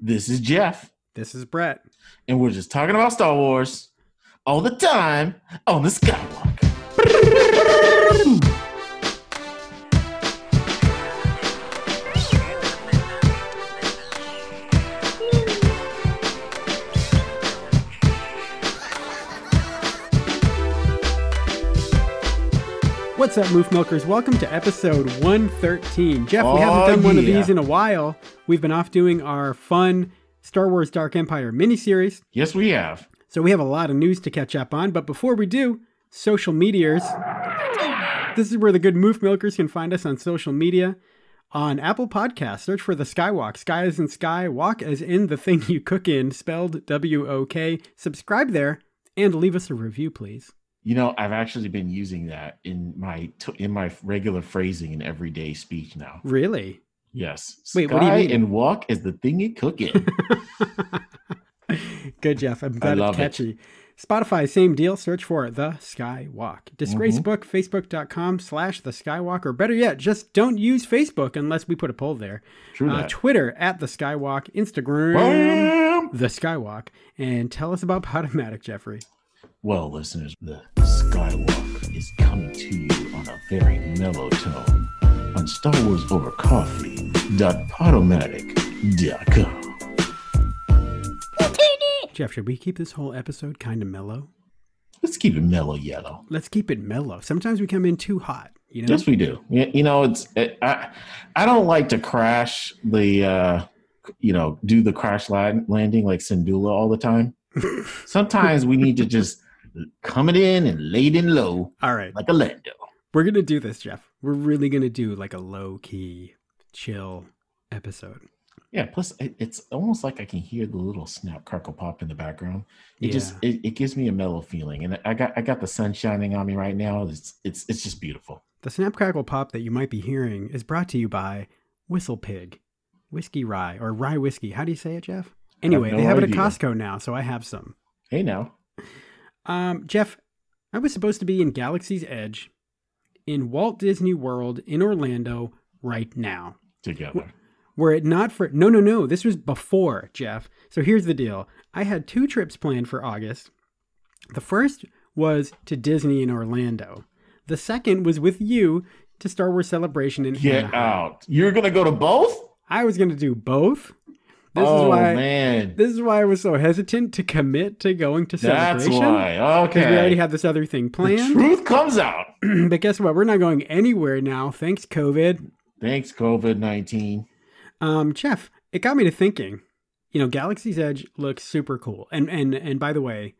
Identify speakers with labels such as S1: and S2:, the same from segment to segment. S1: This is Jeff,
S2: This is Brett.
S1: and we're just talking about Star Wars all the time on the Skywalker.
S2: What's up, Moof Milkers? Welcome to episode 113. Jeff, we haven't
S1: Oh,
S2: done one of
S1: yeah.
S2: these in a while. We've been off doing our fun Star Wars Dark Empire miniseries,
S1: Yes, we have.
S2: so we have a lot of news to catch up on. But before we do, social meteors. This is where the good Moof Milkers can find us on social media. On Apple Podcasts, search for the Skywalk. Sky is in sky, walk as in the thing you cook in, spelled W O K. Subscribe there and leave us a review, please.
S1: You know, I've actually been using that in my t- in my regular phrasing in everyday speech now.
S2: Really?
S1: Yes.
S2: Wait, what do you
S1: Sky
S2: mean?
S1: And walk is the thing you cook in.
S2: Good, Jeff. I'm glad
S1: love
S2: it's
S1: it.
S2: catchy. Spotify, same deal. Search for The Skywalk.
S1: Mm-hmm.
S2: Disgrace book, facebook.com slash The Skywalk, or better yet, just don't use Facebook unless we put a poll there.
S1: True
S2: Uh,
S1: that.
S2: Twitter, at The Skywalk. Instagram,
S1: Bam!
S2: The Skywalk. And tell us about Podomatic, Jeffrey.
S1: Well, listeners, the Skywalk is coming to you on a very mellow tone on Star Wars Over Coffee.podomatic.com.
S2: Jeff, should we keep this whole episode kind of mellow?
S1: Let's keep it mellow yellow.
S2: Let's keep it mellow. Sometimes we come in too hot, you know?
S1: Yes, we do. Y- You know, it's eh, I. I don't like to crash the, uh, you know, do the crash land, landing like Sindula all the time. Sometimes we need to just come it in and lay it in low
S2: All right.
S1: like a Lando.
S2: We're going to do this, Jeff. We're really going to do like a low key, chill episode.
S1: Yeah. Plus, it, it's almost like I can hear the little snap, crackle, pop in the background. It just it, it gives me a mellow feeling, and I got I got the sun shining on me right now. It's it's it's just beautiful.
S2: The snap crackle pop that you might be hearing is brought to you by Whistle Pig, whiskey rye or rye whiskey. How do you say it, Jeff? Anyway,
S1: no
S2: they have it
S1: idea.
S2: at Costco now, so I have some.
S1: Hey now,
S2: Um, Jeff, I was supposed to be in Galaxy's Edge, in Walt Disney World in Orlando right now.
S1: together.
S2: Were it not for no, no, no, this was before Jeff. So here's the deal: I had two trips planned for August. The first was to Disney in Orlando. The second was with you to Star Wars Celebration in
S1: Get
S2: Anaheim.
S1: out! You're gonna go to both.
S2: I was going to do both. This
S1: oh
S2: is why.
S1: man,
S2: This is why I was so hesitant to commit to going to
S1: That's
S2: Celebration.
S1: why. Oh,
S2: Because
S1: Okay.
S2: we already had this other thing
S1: the
S2: planned.
S1: truth comes out.
S2: but guess what? We're not going anywhere now. Thanks, COVID.
S1: Thanks, COVID nineteen.
S2: Um, Jeff, it got me to thinking. You know, Galaxy's Edge looks super cool. And and and by the way,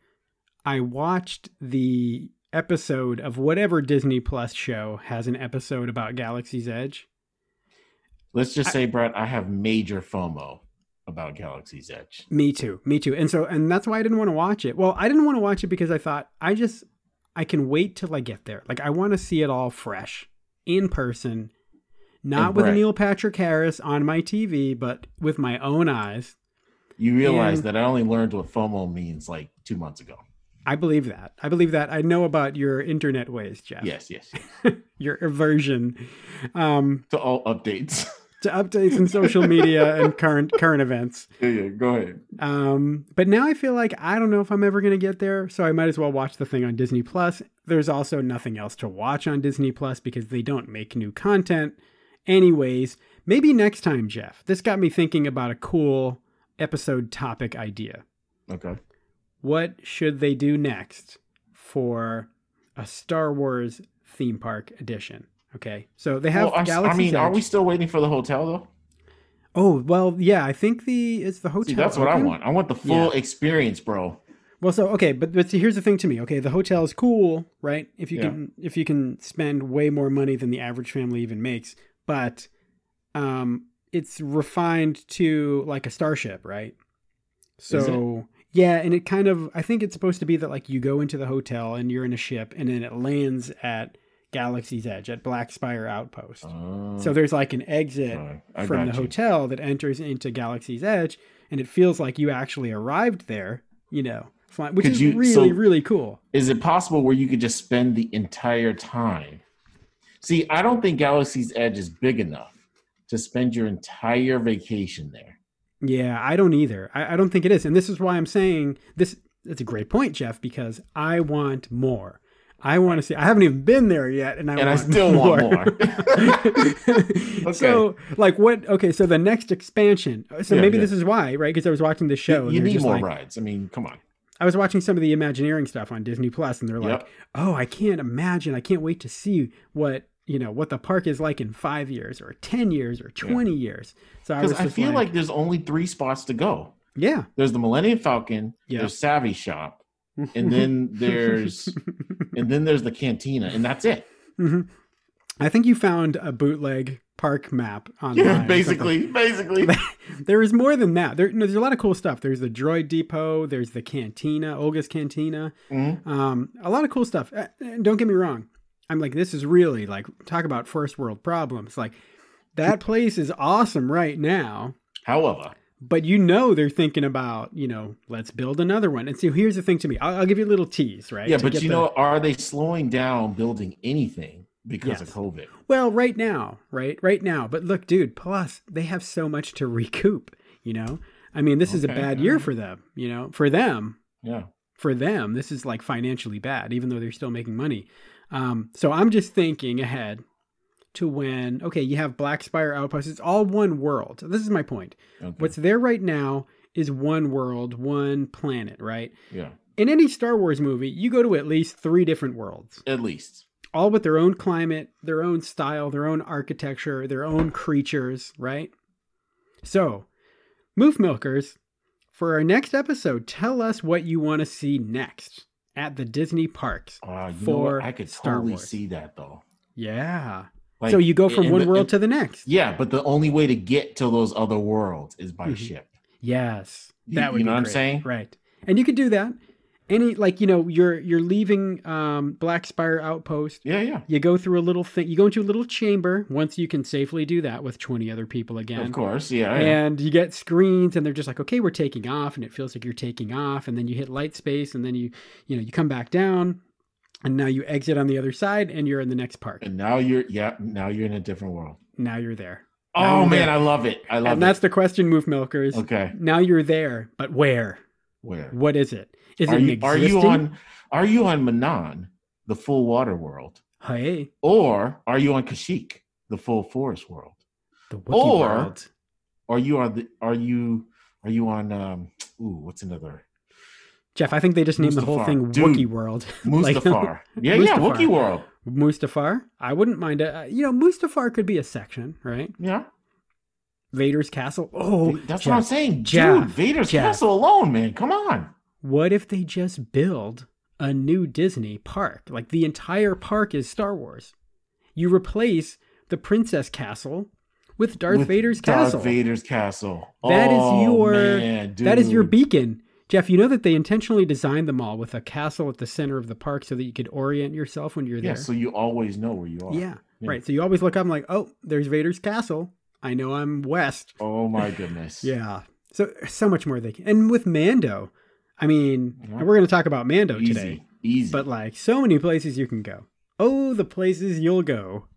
S2: I watched the episode of whatever Disney Plus show has an episode about Galaxy's Edge.
S1: Let's just say, Brett, I have major FOMO about Galaxy's Edge.
S2: Me too. Me too. And so and that's why I didn't want to watch it. Well, I didn't want to watch it because I thought I just I can wait till I get there. Like I want to see it all fresh in person, not
S1: And
S2: with
S1: Brett.
S2: Neil Patrick Harris on my TV, but with my own eyes.
S1: You realize
S2: And-
S1: that I only learned what FOMO means like two months ago.
S2: I believe that. I believe that. I know about your internet ways, Jeff.
S1: Yes, yes. yes.
S2: Your aversion um,
S1: to all updates.
S2: to updates and social media and current current events.
S1: yeah, yeah, go ahead.
S2: Um, but now I feel like I don't know if I'm ever going to get there, so I might as well watch the thing on Disney Plus. There's also nothing else to watch on Disney Plus because they don't make new content. Anyways, maybe next time, Jeff. This got me thinking about a cool episode topic idea.
S1: Okay.
S2: What should they do next for a Star Wars theme park edition? Okay, so they have
S1: Well, I, s- I
S2: Galaxy's
S1: mean, are
S2: Edge.
S1: we still waiting for the hotel though?
S2: Oh well, yeah. I think the it's the hotel.
S1: See, that's what I
S2: open?
S1: want. I want the full experience, bro.
S2: Well, so okay, but but see, here's the thing to me. Okay, the hotel is cool, right? If you
S1: Yeah.
S2: can if you can spend way more money than the average family even makes, but um it's refined to like a starship,
S1: it?
S2: right? So yeah, and it kind of I think it's supposed to be that like you go into the hotel and you're in a ship and then it lands at Galaxy's Edge at Black Spire Outpost.
S1: Uh-huh.
S2: so there's like an exit
S1: Alright, Oh, I
S2: from the
S1: got you.
S2: hotel that enters into Galaxy's Edge, and it feels like you actually arrived there. You know, flying, which
S1: Could
S2: is
S1: you-
S2: really
S1: so-
S2: really cool.
S1: is it possible where you could just spend the entire time? See, I don't think Galaxy's Edge is big enough to spend your entire vacation there.
S2: Yeah, I don't either. I, I don't think it is. And this is why I'm saying this that's a great point, Jeff, because I want more. I want to see I haven't even been there yet and I
S1: and I
S2: want
S1: still
S2: more.
S1: want more.
S2: So like what okay, so the next expansion. uh, So
S1: Yeah,
S2: maybe
S1: yeah.
S2: this is why, right? Because I was watching this show
S1: you
S2: and
S1: you
S2: they're
S1: need
S2: just
S1: more
S2: like,
S1: rides. I mean, come on.
S2: I was watching some of the Imagineering stuff on Disney Plus, and they're like,
S1: Yep.
S2: "Oh, I can't imagine. I can't wait to see what you know what the park is like in five years, or ten years, or twenty years." So I was
S1: Because I,
S2: just
S1: feel like, there's only three spots to go.
S2: yeah,
S1: There's the Millennium Falcon,
S2: Yeah.
S1: there's Savvy Shop, and then there's and then there's the Cantina, and that's it.
S2: Mhm. I think you found a bootleg park map online. or
S1: Yeah,
S2: something.
S1: basically, basically.
S2: there is more than that. There, no, there's a lot of cool stuff. There's the Droid Depot. There's the Cantina, Olga's Cantina.
S1: Mhm.
S2: Um, a lot of cool stuff. Uh, uh, Don't get me wrong. I'm like, this is really like talk about first world problems. Like that place is awesome right now,
S1: However,
S2: but you know they're thinking about you know let's build another one. And so here's the thing to me. I'll, I'll give you a little tease, right?
S1: yeah,
S2: to
S1: but
S2: get
S1: you
S2: the-
S1: know, are they slowing down building anything because of
S2: Yes.
S1: COVID?
S2: well, right now, right, right now. But look, dude. Plus, they have so much to recoup. You know, I mean, this is a
S1: Okay,
S2: bad
S1: all
S2: year
S1: right.
S2: for them. You know, for them,
S1: Yeah.
S2: for them, this is like financially bad, even though they're still making money. Um, so I'm just thinking ahead to when, okay, you have Black Spire Outpost. It's all one world. This is my point.
S1: Okay.
S2: What's there right now is one world, one planet, right?
S1: yeah.
S2: In any Star Wars movie, you go to at least three different worlds,
S1: At least.
S2: all with their own climate, their own style, their own architecture, their own creatures, right? So, Moof Milkers, for our next episode, tell us what you want to see next at the Disney parks.
S1: Uh, you know
S2: For
S1: what? I could
S2: Star
S1: totally
S2: Wars.
S1: see that though.
S2: Yeah.
S1: Like,
S2: so you go from
S1: and
S2: one
S1: the-
S2: world
S1: and-
S2: to the next.
S1: Yeah, but the only way to get to those other worlds is by
S2: Mhm.
S1: ship.
S2: Yes.
S1: You-
S2: That would
S1: you
S2: be
S1: know what I'm
S2: great.
S1: saying?
S2: Right. And you could do that. Any like, you know, you're you're leaving um Black Spire Outpost.
S1: Yeah, yeah.
S2: You go through a little thing. You go into a little chamber once you can safely do that with 20 other people again.
S1: Of course. Yeah. yeah.
S2: and you get screens and they're just like okay we're taking off and it feels like you're taking off and then you hit light space and then you you know you come back down and now you exit on the other side and you're in the next park
S1: And now you're yeah, now you're in a different world.
S2: now you're there Now
S1: Oh
S2: you're
S1: man,
S2: there.
S1: I love it. I love
S2: and that's the question move milkers
S1: it. Okay.
S2: now you're there but where
S1: Where?
S2: what is it is
S1: are
S2: it
S1: you
S2: an
S1: are you
S2: existing-
S1: on are you on Manan, the full water world?
S2: hey
S1: Or are you on Kashyyyk, the full forest world?
S2: the Wookiee
S1: Or-
S2: world
S1: Are you on the are you are you on um ooh, what's another?
S2: jeff i think they just named the whole
S1: Mustafar.
S2: thing
S1: Dude.
S2: Wookiee world Like-
S1: Mustafar. yeah, yeah,
S2: Mustafar.
S1: Wookiee World.
S2: mustafar i wouldn't mind a, you know mustafar could be a section right
S1: Yeah.
S2: vader's castle oh
S1: That's
S2: Jeff.
S1: what I'm saying.
S2: Jeff,
S1: Dude, Vader's
S2: Jeff.
S1: castle alone, man. Come on.
S2: what if they just build a new Disney park? Like the entire park is Star Wars. You replace the Princess Castle with Darth
S1: With
S2: Vader's
S1: Darth
S2: castle.
S1: Vader's castle.
S2: That is
S1: Oh,
S2: your-
S1: man,
S2: That is your
S1: dude.
S2: beacon. Jeff, you know that they intentionally designed them all with a castle at the center of the park so that you could orient yourself when you're
S1: Yeah,
S2: there.
S1: so you always know where you are.
S2: yeah,
S1: Yeah.
S2: right. So you always look up and like, oh, there's Vader's castle. I know I'm west.
S1: Oh my goodness.
S2: Yeah. So so much more they can. And with Mando, I mean,
S1: Yeah.
S2: and we're going to talk about Mando
S1: Easy.
S2: today.
S1: Easy.
S2: but like so many places you can go. Oh, the places you'll go.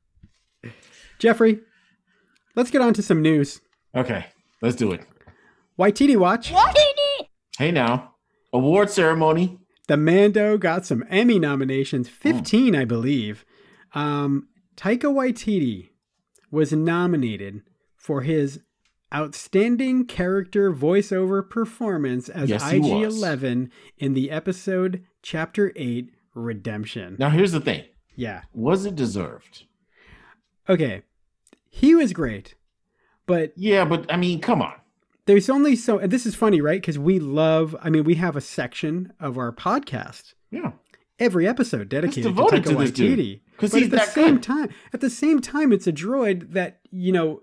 S2: Jeffrey, let's get on to some news.
S1: okay, let's do it.
S2: Waititi Watch,
S1: Hey now. Award ceremony.
S2: the Mando got some Emmy nominations,
S1: Hmm.
S2: 15, I believe. Um, Taika Waititi was nominated for his outstanding character voiceover performance as
S1: Yes, he
S2: IG
S1: was.
S2: 11 in the episode Chapter 8 Redemption.
S1: Now here's the thing.
S2: Yeah.
S1: Was it deserved?
S2: Okay. He was great, but
S1: Yeah, but I mean, come on.
S2: there's only so and this is funny right because we love i mean we have a section of our podcast
S1: Yeah.
S2: every episode dedicated to
S1: devoted
S2: Taika
S1: to this dude,
S2: Waititi
S1: 'cause
S2: But
S1: he's
S2: at the
S1: that
S2: same
S1: good.
S2: time at the same time it's a droid that you know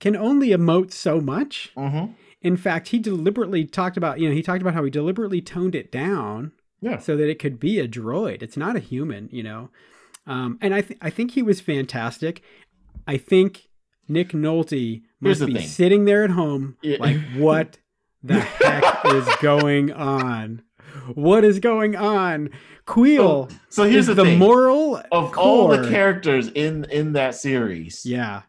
S2: can only emote so much
S1: Mm-hmm.
S2: in fact he deliberately talked about you know he talked about how he deliberately toned it down
S1: Yeah.
S2: so that it could be a droid it's not a human you know um, and I, th- I think he was fantastic i think nick nolte
S1: Here's
S2: must
S1: the
S2: be
S1: thing.
S2: sitting there at home
S1: Yeah.
S2: like what the heck is going on what is going on queel
S1: So here's
S2: is the,
S1: the, thing.
S2: moral
S1: of all the
S2: core-
S1: characters in in that series,
S2: yeah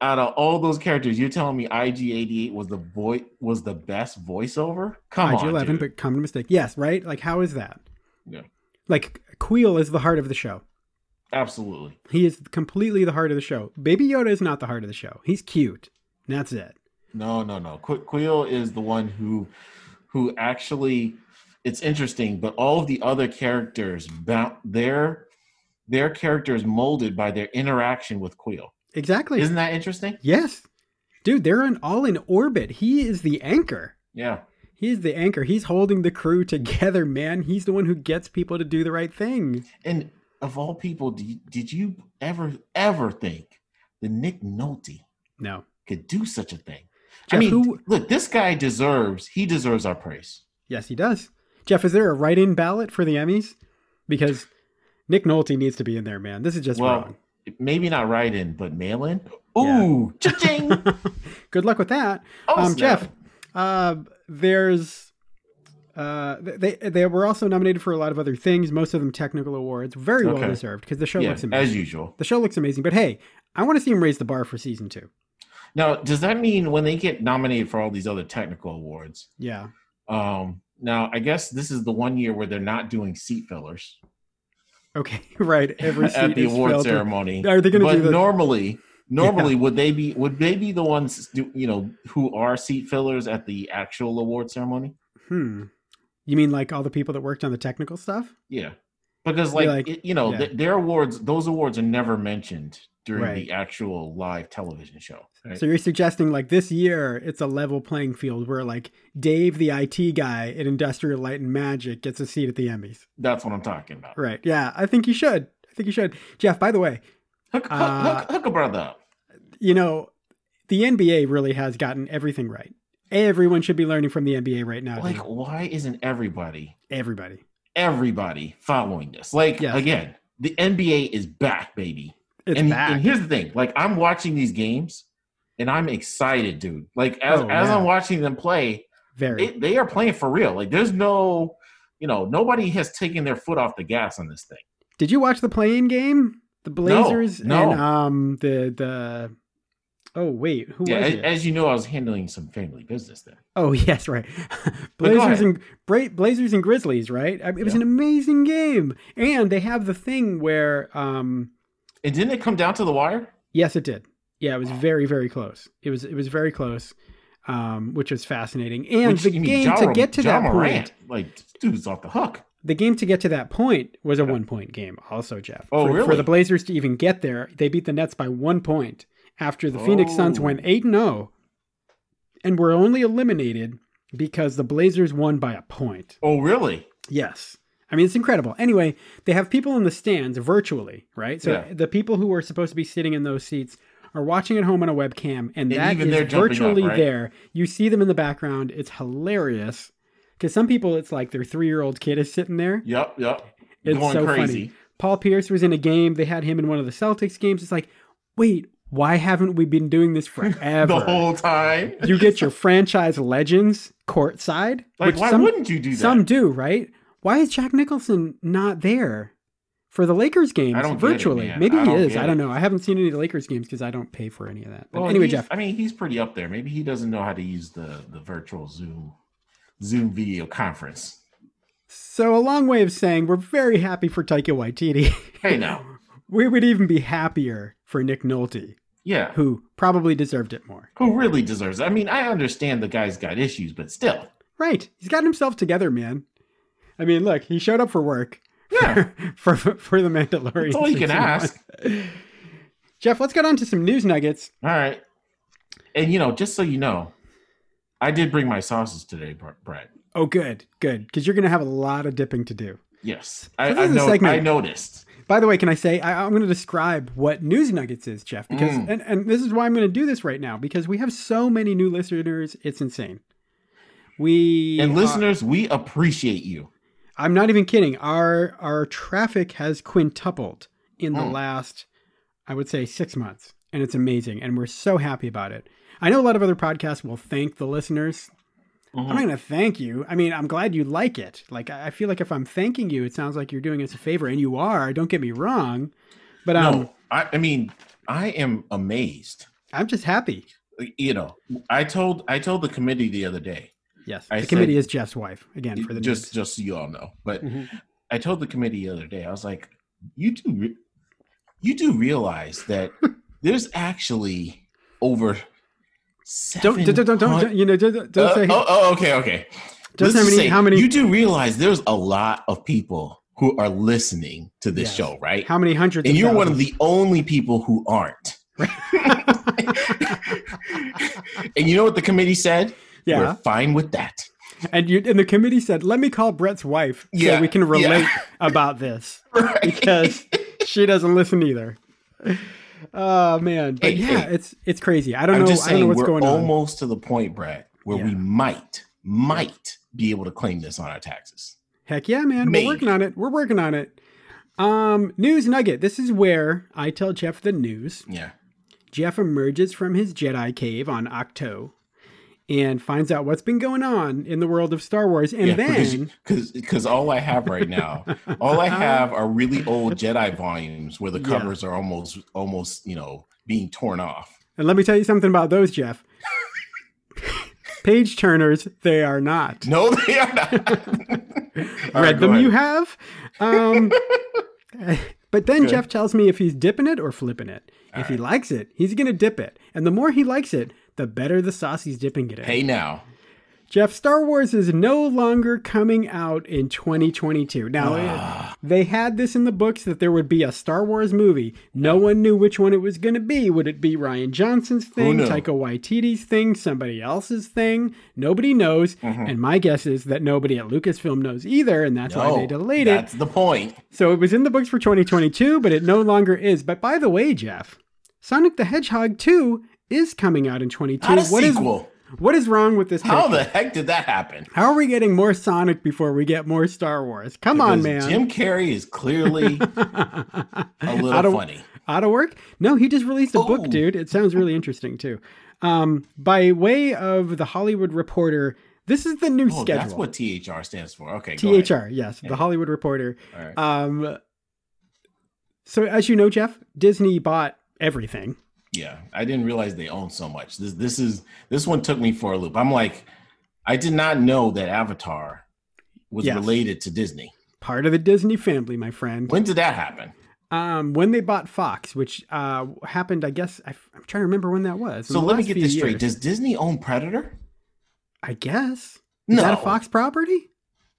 S1: out of all those characters, you're telling me IG88 was the voice was the best voiceover? Come
S2: IG
S1: on,
S2: Eleven,
S1: dude.
S2: but common mistake. Yes, right. Like, how is that?
S1: Yeah.
S2: Like, Queel is the heart of the show.
S1: absolutely.
S2: He is completely the heart of the show. Baby Yoda is not the heart of the show. He's cute. And That's it.
S1: No, no, no. Qu- Quill is the one who, who actually, it's interesting. But all of the other characters, bou- their, their character is molded by their interaction with Quill.
S2: Exactly.
S1: Isn't that interesting?
S2: yes, dude. They're in, all in orbit. He is the anchor.
S1: Yeah,
S2: He's the anchor. He's holding the crew together, man. He's the one who gets people to do the right thing.
S1: and of all people, did, did you ever ever think that Nick Nolte
S2: No.
S1: could do such a thing? I
S2: Jeff,
S1: mean,
S2: who-
S1: look, this guy deserves he deserves our praise.
S2: Yes, he does. Jeff, is there a write-in ballot for the Emmys? Because Nick Nolte needs to be in there, man. This is just
S1: Well,
S2: wrong.
S1: Maybe not write in, but mail in.
S2: Yeah.
S1: Ooh, cha-ching!
S2: Good luck with that.
S1: Oh,
S2: um,
S1: snap.
S2: Jeff, uh, there's uh, they they were also nominated for a lot of other things, most of them technical awards, very well
S1: Okay.
S2: deserved because the show
S1: Yeah,
S2: looks amazing.
S1: as usual.
S2: the show looks amazing, but hey, I want to see him raise the bar for season two.
S1: Now, does that mean when they get nominated for all these other technical awards?
S2: Yeah,
S1: Um, now, I guess this is the one year where they're not doing seat fillers
S2: okay, right. Every seat
S1: at the
S2: is
S1: award
S2: filled with-
S1: ceremony.
S2: Are they going to
S1: but
S2: do the?
S1: normally, normally would they be would they be the ones do, you know who are seat fillers at the actual award ceremony?
S2: hmm. You mean like all the people that worked on the technical stuff?
S1: Yeah, because
S2: Be
S1: like,
S2: like,
S1: it- you know
S2: yeah.
S1: th- their awards, those awards are never mentioned during
S2: Right.
S1: the actual live television show. right?
S2: So you're suggesting like this year it's a level playing field where like Dave the IT guy in Industrial Light and Magic gets a seat at the Emmys.
S1: That's what I'm talking about.
S2: Right. Yeah, I think you should. I think you should. Jeff, by the way,
S1: Hook, hook,
S2: Uh,
S1: hook, hook a brother up.
S2: you know, the NBA really has gotten everything right. Everyone should be learning from the NBA right now.
S1: Like,
S2: dude.
S1: why isn't everybody
S2: everybody.
S1: everybody following this. Like
S2: Yes.
S1: again, the NBA is back, baby.
S2: It's
S1: and,
S2: back.
S1: and here's the thing: like I'm watching these games, and I'm excited, dude. Like as
S2: Oh,
S1: as
S2: yeah.
S1: I'm watching them play,
S2: Very.
S1: they, they are playing for real. Like there's no, you know, nobody has taken their foot off the gas on this thing.
S2: Did you watch the play-in game? The Blazers
S1: no.
S2: and um the the Oh wait, who
S1: yeah,
S2: was
S1: as,
S2: it?
S1: as you know, I was handling some family business there.
S2: Oh yes, right.
S1: go
S2: Blazers
S1: ahead.
S2: and Bra- Blazers and Grizzlies, right? I mean, it was
S1: Yeah.
S2: an amazing game, and they have the thing where, um,
S1: And didn't it come down to the wire?
S2: yes, it did. Yeah, it was very, very close. It was, it was very close, um, which was fascinating. And
S1: Which,
S2: the
S1: you
S2: game
S1: mean, Ja
S2: to
S1: Ru-
S2: get to
S1: Ja
S2: that
S1: Morant,
S2: point,
S1: like this dude's off the hook.
S2: the game to get to that point was a one-point game, also, Jeff.
S1: Oh,
S2: for, For
S1: really?
S2: the Blazers to even get there, they beat the Nets by one point after the Phoenix Suns
S1: Oh.
S2: went eight and zero, and were only eliminated because the Blazers won by a point.
S1: Oh, really?
S2: Yes. I mean, it's incredible. Anyway, they have people in the stands virtually, right? So
S1: Yeah.
S2: the people who are supposed to be sitting in those seats are watching at home on a webcam, and,
S1: And
S2: that
S1: even they're
S2: is
S1: jumping up,
S2: virtually
S1: right?
S2: there. You see them in the background. It's hilarious because some people, it's like their three year old kid is sitting there.
S1: Yep, yep.
S2: It's
S1: Going
S2: so
S1: crazy.
S2: funny. Paul Pierce was in a game. They had him in one of the Celtics games. It's like, wait, why haven't we been doing this forever?
S1: The whole time.
S2: you get your franchise legends courtside.
S1: Like,
S2: which
S1: why
S2: some-
S1: wouldn't you do that?
S2: some do, right? Why is Jack Nicholson not there for the Lakers games
S1: don't get it,
S2: virtually?
S1: man.
S2: Maybe
S1: I
S2: he
S1: don't
S2: is.
S1: get
S2: I don't
S1: it.
S2: know. I haven't seen any of the Lakers games because I don't pay for any of that. But
S1: Well,
S2: anyway,
S1: he's-
S2: Jeff,
S1: I mean, he's pretty up there. Maybe he doesn't know how to use the the virtual Zoom Zoom video conference.
S2: so a long way of saying we're very happy for Taika Waititi.
S1: Hey, now,
S2: we would even be happier for Nick Nolte,
S1: yeah,
S2: who probably deserved it more.
S1: who really deserves? It? I mean, I understand the guy's got issues, but still,
S2: Right. He's gotten himself together, man. I mean, look, he showed up for work
S1: yeah,
S2: for for the Mandalorian.
S1: that's all you can
S2: season
S1: ask.
S2: one. Jeff, let's get on to some news nuggets.
S1: All right, and you know, just so you know, I did bring my sauces today, Br- Brad.
S2: Oh, good, good, because you're going to have a lot of dipping to do.
S1: Yes, I,
S2: So this
S1: I,
S2: is a
S1: know,
S2: segment.
S1: I noticed.
S2: By the way, can I say I, I'm going to describe what News Nuggets is, Jeff? Because
S1: Mm.
S2: and, and this is why I'm going to do this right now because we have so many new listeners, it's insane. We
S1: And
S2: uh,
S1: listeners, we appreciate you.
S2: I'm not even kidding. Our our traffic has quintupled in the
S1: Mm.
S2: last, I would say, six months, and it's amazing, and we're so happy about it. I know a lot of other podcasts will thank the listeners
S1: Mm-hmm.
S2: I'm
S1: Mm.
S2: not gonna thank you. I mean, I'm glad you like it. Like, I I feel like if I'm thanking you, it sounds like you're doing us a favor, and you are. Don't get me wrong, but um,
S1: no, I, I mean, I am amazed
S2: I'm just happy.
S1: You know, I told I told the committee the other day.
S2: Yes,
S1: I
S2: the committee
S1: said-
S2: is Jeff's wife again for the
S1: just
S2: just,
S1: just so you all know, but
S2: Mhm.
S1: I told the committee the other day. I was like, you do re- you do realize that there's actually over
S2: Don't, don't, don't,
S1: 700
S2: don't, don't, you know, don't, don't
S1: Uh,
S2: say,
S1: oh, oh, okay, okay.
S2: don't
S1: Let's
S2: say
S1: just
S2: how many,
S1: say,
S2: how many,
S1: You do realize there's a lot of people who are listening to this
S2: Yes.
S1: show, right?
S2: how many hundreds
S1: and
S2: of
S1: you're one of
S2: thousands.
S1: the only people who aren't. And you know what the committee said? We're
S2: yeah.
S1: fine with that.
S2: And you, and the committee said, let me call Brett's wife
S1: Yeah,
S2: so we can
S1: yeah.
S2: relate about this because she doesn't listen either. Oh man. But
S1: Hey,
S2: yeah,
S1: hey.
S2: it's, it's crazy. I don't
S1: I'm
S2: know.
S1: just
S2: I don't know
S1: saying
S2: what's
S1: we're
S2: going on.
S1: almost to the point, Brad, where we
S2: Yeah.
S1: might, might be able to claim this on our taxes.
S2: Heck yeah, man.
S1: Maybe.
S2: We're working on it. We're working on it. Um, news nugget. This is where I tell Jeff the news.
S1: Yeah.
S2: Jeff emerges from his Jedi cave on Octo and finds out what's been going on in the world of Star Wars. And
S1: yeah,
S2: then Uh-huh.
S1: because because all I have right now, all I have are really old Jedi volumes where the
S2: Yeah.
S1: covers are almost almost, you know, being torn off.
S2: and let me tell you something about those, Jeff. Page turners, they are not.
S1: No, they are not.
S2: Read
S1: All right, go
S2: them
S1: ahead.
S2: you have. Um But then
S1: Good.
S2: Jeff tells me if he's dipping it or flipping it. if he likes it, he's gonna dip it. And the more he likes it, the better the sauce he's dipping it in.
S1: Hey now.
S2: Jeff, Star Wars is no longer coming out in 2022. Now, eh, they had this in the books that there would be a Star Wars movie. No one knew which one it was going to be. Would it be Ryan Johnson's thing,
S1: knew?
S2: Taika Waititi's thing, somebody else's thing? Nobody knows.
S1: Mm-hmm.
S2: And my guess is that nobody at Lucasfilm knows either, and that's why they
S1: No,
S2: delayed it.
S1: Oh, That's the point.
S2: So it was in the books for 2022, but it no longer is. But by the way, Jeff, Sonic the Hedgehog 2 is coming out in 22.
S1: Not a
S2: What is-
S1: sequel.
S2: what is wrong with this?
S1: How
S2: take?
S1: the heck did that happen?
S2: How are we getting more Sonic before we get more Star Wars? Come on, man.
S1: Because Jim Carrey is clearly a
S2: I
S1: little
S2: don't-
S1: funny.
S2: Out of work? No, he just released a book,
S1: Oh.
S2: dude. It sounds really interesting too. Um, by way of the Hollywood Reporter, this is the new
S1: Oh,
S2: schedule.
S1: that's what THR stands for. Okay, go ahead.
S2: THR, yes, the Hollywood Reporter.
S1: All right.
S2: Um, so as you know, Jeff, Disney bought everything.
S1: Yeah, I didn't realize they own so much. This this is this one took me for a loop. I'm like, I did not know that Avatar was
S2: Yes.
S1: related to Disney.
S2: Part of the Disney family, my friend.
S1: When did that happen?
S2: Um, when they bought Fox, which uh, happened, I guess I, am trying to remember when that was. in
S1: So
S2: the
S1: let me
S2: last
S1: get
S2: few
S1: this straight.
S2: years.
S1: Does Disney own Predator?
S2: I guess is
S1: No,
S2: that a Fox property?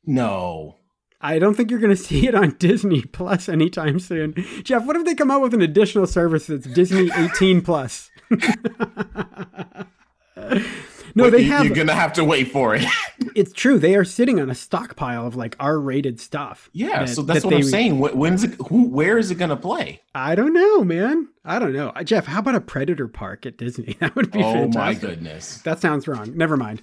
S1: no.
S2: I don't think you're going to see it on Disney Plus anytime soon. Jeff, what if they come out with an additional service that's Disney 18 Plus? no,
S1: Wait,
S2: they
S1: you-
S2: have.
S1: You're gonna have to wait for it.
S2: It's true. They are sitting on a stockpile of like R-rated stuff.
S1: yeah.
S2: that-
S1: so that's
S2: that
S1: what
S2: they-
S1: I'm saying. Wh- When's it? Who? Where is it gonna play?
S2: I don't know, man. I don't know, Uh, Jeff. How about a Predator Park at Disney? That would be
S1: oh
S2: fantastic.
S1: my goodness.
S2: That sounds wrong. Never mind.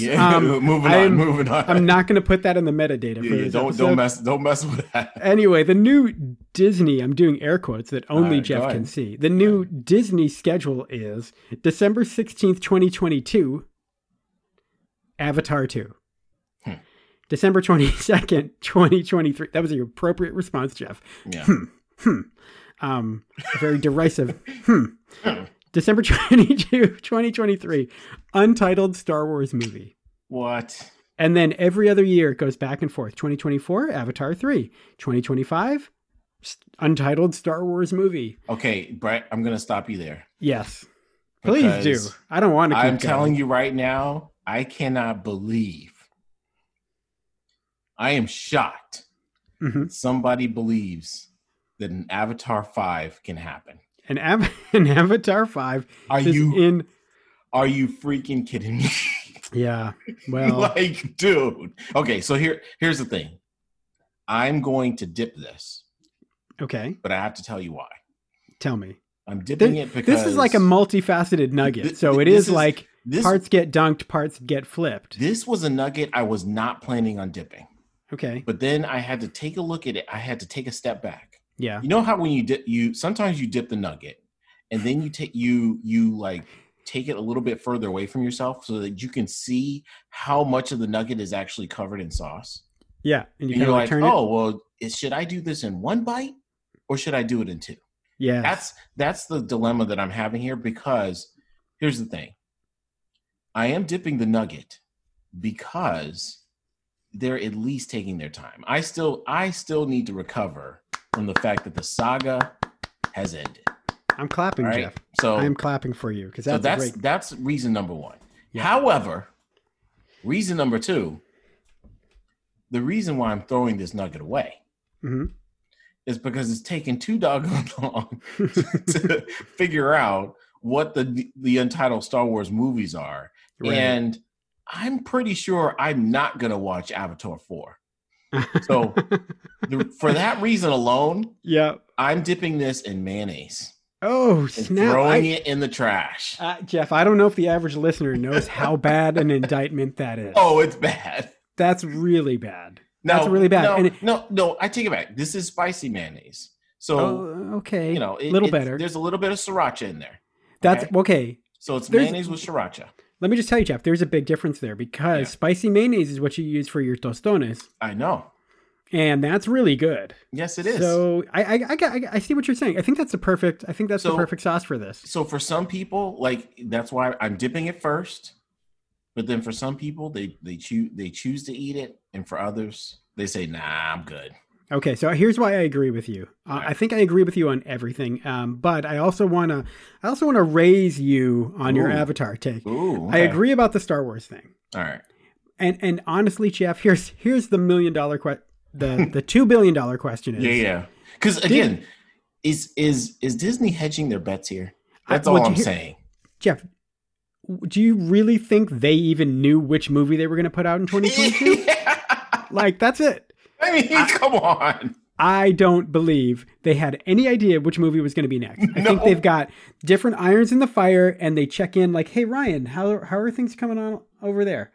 S1: Yeah,
S2: Um,
S1: moving
S2: I
S1: on.
S2: am-
S1: moving on.
S2: I'm not going to put that in the metadata. For
S1: Yeah, yeah,
S2: this
S1: don't
S2: episode.
S1: don't mess don't mess with that.
S2: Anyway, the new Disney, I'm doing air quotes that
S1: right,
S2: only
S1: go
S2: Jeff
S1: ahead.
S2: can see. The new Disney schedule is December 16th, 2022, Avatar 2.
S1: Hmm.
S2: December 22nd, 2023. That was the appropriate response, Jeff.
S1: Yeah.
S2: Um, a very derisive. hmm. December 22, 2023, untitled Star Wars movie.
S1: What?
S2: And then every other year it goes back and forth. 2024, Avatar 3. 2025, s- untitled Star Wars movie.
S1: Okay, Brett, I'm gonna stop you there.
S2: Yes. Please do.
S1: Because
S2: I don't want to keep
S1: I'm telling you right now, I cannot believe. I am shocked
S2: hmm
S1: somebody believes that an Avatar 5 can happen.
S2: And, Av- and Avatar 5
S1: Are
S2: is
S1: you
S2: in.
S1: are you freaking kidding me?
S2: Yeah. Well,
S1: like, dude. Okay, so here here's the thing. I'm going to dip this,
S2: okay.
S1: but I have to tell you why.
S2: Tell me.
S1: I'm dipping it because
S2: This is like a multifaceted nugget.
S1: Th-
S2: So
S1: th-
S2: it
S1: this
S2: is
S1: is-
S2: like
S1: this,
S2: parts get dunked, parts get flipped.
S1: this was a nugget I was not planning on dipping.
S2: Okay.
S1: But then I had to take a look at it. I had to take a step back.
S2: Yeah.
S1: You know how when you dip, you sometimes you dip the nugget, and then you take you you like take it a little bit further away from yourself so that you can see how much of the nugget is actually covered in sauce.
S2: Yeah. And
S1: and
S2: you kind
S1: you're
S2: of
S1: like,
S2: turn it.
S1: oh well, is, should I do this in one bite or should I do it in two?
S2: Yeah.
S1: That's that's the dilemma that I'm having here because here's the thing I am dipping the nugget because they're at least taking their time. I still I still need to recover from the fact that the saga has ended.
S2: I'm clapping,
S1: All right.
S2: Jeff.
S1: So
S2: I am clapping for you because
S1: so
S2: that's,
S1: that's
S2: great.
S1: that's reason number one.
S2: Yeah.
S1: However, reason number two, the reason why I'm throwing this nugget away
S2: Mhm.
S1: is because it's taken too doggone long to figure out what the the untitled Star Wars movies are,
S2: Right.
S1: and I'm pretty sure I'm not gonna watch Avatar four. So the, for that reason alone,
S2: yeah.
S1: I'm dipping this in mayonnaise
S2: Oh
S1: and
S2: snap! I-
S1: throwing it in the trash.
S2: Uh, Jeff, I don't know if the average listener knows how bad an indictment that is.
S1: oh, it's bad.
S2: that's really bad.
S1: No,
S2: That's really bad.
S1: No,
S2: And it-
S1: no, no, I take it back. This is spicy mayonnaise. So
S2: oh, okay.
S1: you know, a
S2: little better.
S1: There's a little bit of sriracha in there,
S2: that's okay.
S1: so it's
S2: There's-
S1: mayonnaise with sriracha.
S2: Let me just tell you, Jeff, there's a big difference there because
S1: Yeah.
S2: spicy mayonnaise is what you use for your tostones,
S1: I know.
S2: and that's really good.
S1: Yes, it is. So,
S2: So I, I, I, I- I see what you're saying. I think that's the perfect. I think that's the
S1: So-
S2: perfect sauce for this.
S1: for some people, like that's why I'm dipping it first. But then for some people, they they choose they choose to eat it, and for others, they say, "Nah, I'm good."
S2: Okay, so here's why I agree with you. Uh, I think I agree with you on everything, um, but I also wanna, I also wanna raise you on your
S1: Ooh.
S2: avatar take.
S1: Ooh,
S2: I
S1: okay.
S2: agree about the Star Wars thing.
S1: All right.
S2: and and honestly, Jeff, here's here's the million dollar question. The the two billion dollar question is.
S1: Yeah, yeah. Because again, is is is Disney hedging their bets here?
S2: I-
S1: That's
S2: well,
S1: all I'm
S2: here-
S1: saying.
S2: Jeff, w- do you really think they even knew which movie they were going to put out in 2022?
S1: Yeah.
S2: like that's it.
S1: I mean, come on.
S2: I don't believe they had any idea which movie was going to be next. I think
S1: No.
S2: they've got different irons in the fire, and they check in like, "Hey Ryan, how how are things coming on over there?"